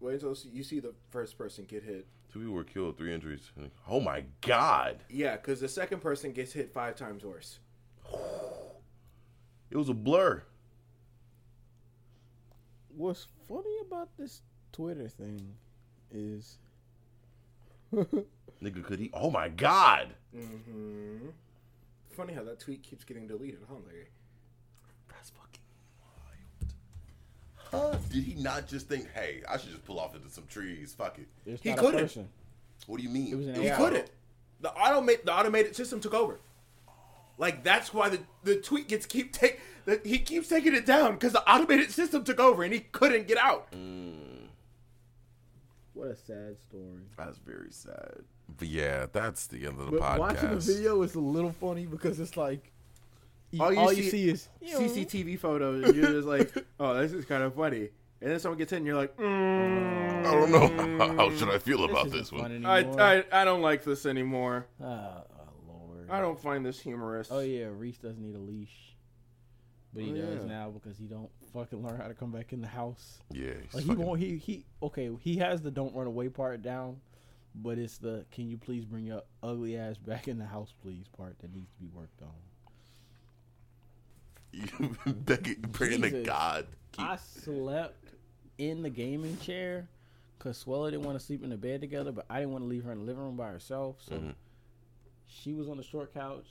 Wait until you see the first person get hit. Two people were killed, three injuries. Oh my god! Yeah, because the second person gets hit five times worse. It was a blur. What's funny about this Twitter thing is Nigga, could he? Oh my god! Funny how that tweet keeps getting deleted, huh, Larry? That's fucking wild. Huh? Did he not just think, hey, I should just pull off into some trees? Fuck it. there's He not a couldn't. person. What do you mean? It was an He AI. couldn't. The automate the automated system took over. Like that's why the, the tweet gets keep take that he keeps taking it down because the automated system took over and he couldn't get out. Mm. What a sad story. That's very sad. But yeah, that's the end of the But podcast. watching the video is a little funny because it's like e, you- All you see- is CCTV photos, and you're just like, oh, this is kind of funny. And then someone gets in, and you're like, mm, I don't know how should I feel about isn't this one. fun I, anymore. I, I don't like this anymore. Ah, oh, Lord. I don't find this humorous. Oh yeah, Reese does need a leash, but he Oh, does yeah. now because he don't fucking learn how to come back in the house. Yeah, he's Like he fucking- won't. He he. Okay, he has the don't run away part down, but it's the can you please bring your ugly ass back in the house, please part that needs to be worked on. you begging, praying to Jesus. God. Keep, I slept in the gaming chair because Swella didn't want to sleep in the bed together, but I didn't want to leave her in the living room by herself. So she was on the short couch.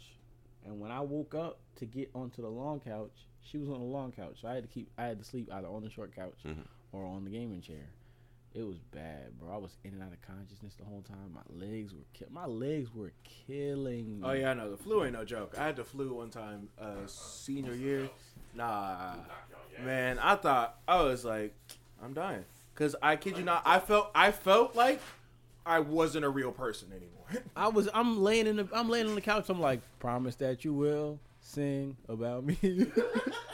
And when I woke up to get onto the long couch, she was on the long couch. So I had to keep, I had to sleep either on the short couch or on the gaming chair. It was bad, bro. I was in and out of consciousness the whole time. My legs were, ki- my legs were killing me. Oh yeah, I know the flu ain't no joke. I had the flu one time, uh, senior year. Nah, man, I thought I was like, I'm dying, cause I kid you not, I felt I felt like I wasn't a real person anymore. I was I'm laying in the I'm laying on the couch. I'm like, promise that you will sing about me.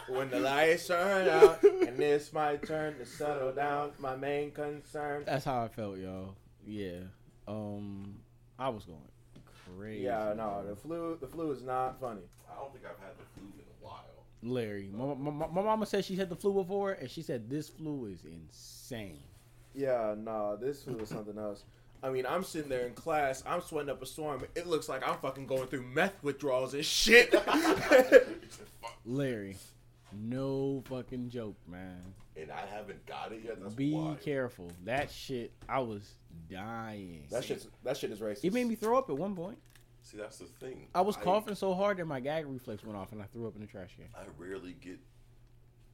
when the lights turn out and it's my turn to settle down, my main concern. That's how I felt, y'all. Yeah. Um, I was going crazy. Yeah, no, the flu the flu is not funny. I don't think I've had the flu in a while. Larry, my, my, my my mama said she had the flu before, and she said this flu is insane. Yeah, nah, this was something else. I mean, I'm sitting there in class, I'm sweating up a storm. It looks like I'm fucking going through meth withdrawals and shit. Larry, no fucking joke, man. And I haven't got it yet. That's Be why. careful. That shit, I was dying. that shit's that shit is racist. it made me throw up at one point. See, that's the thing. I was coughing so hard that my gag reflex went off, and I threw up in the trash can. I rarely get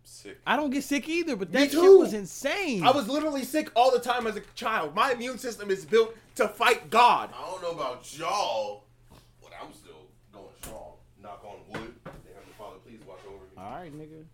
sick. I don't get sick either, but that shit too. was insane. I was literally sick all the time as a child. My immune system is built to fight God. I don't know about y'all, but I'm still going strong. Knock on wood. They have to father, please watch over me. all right, nigga.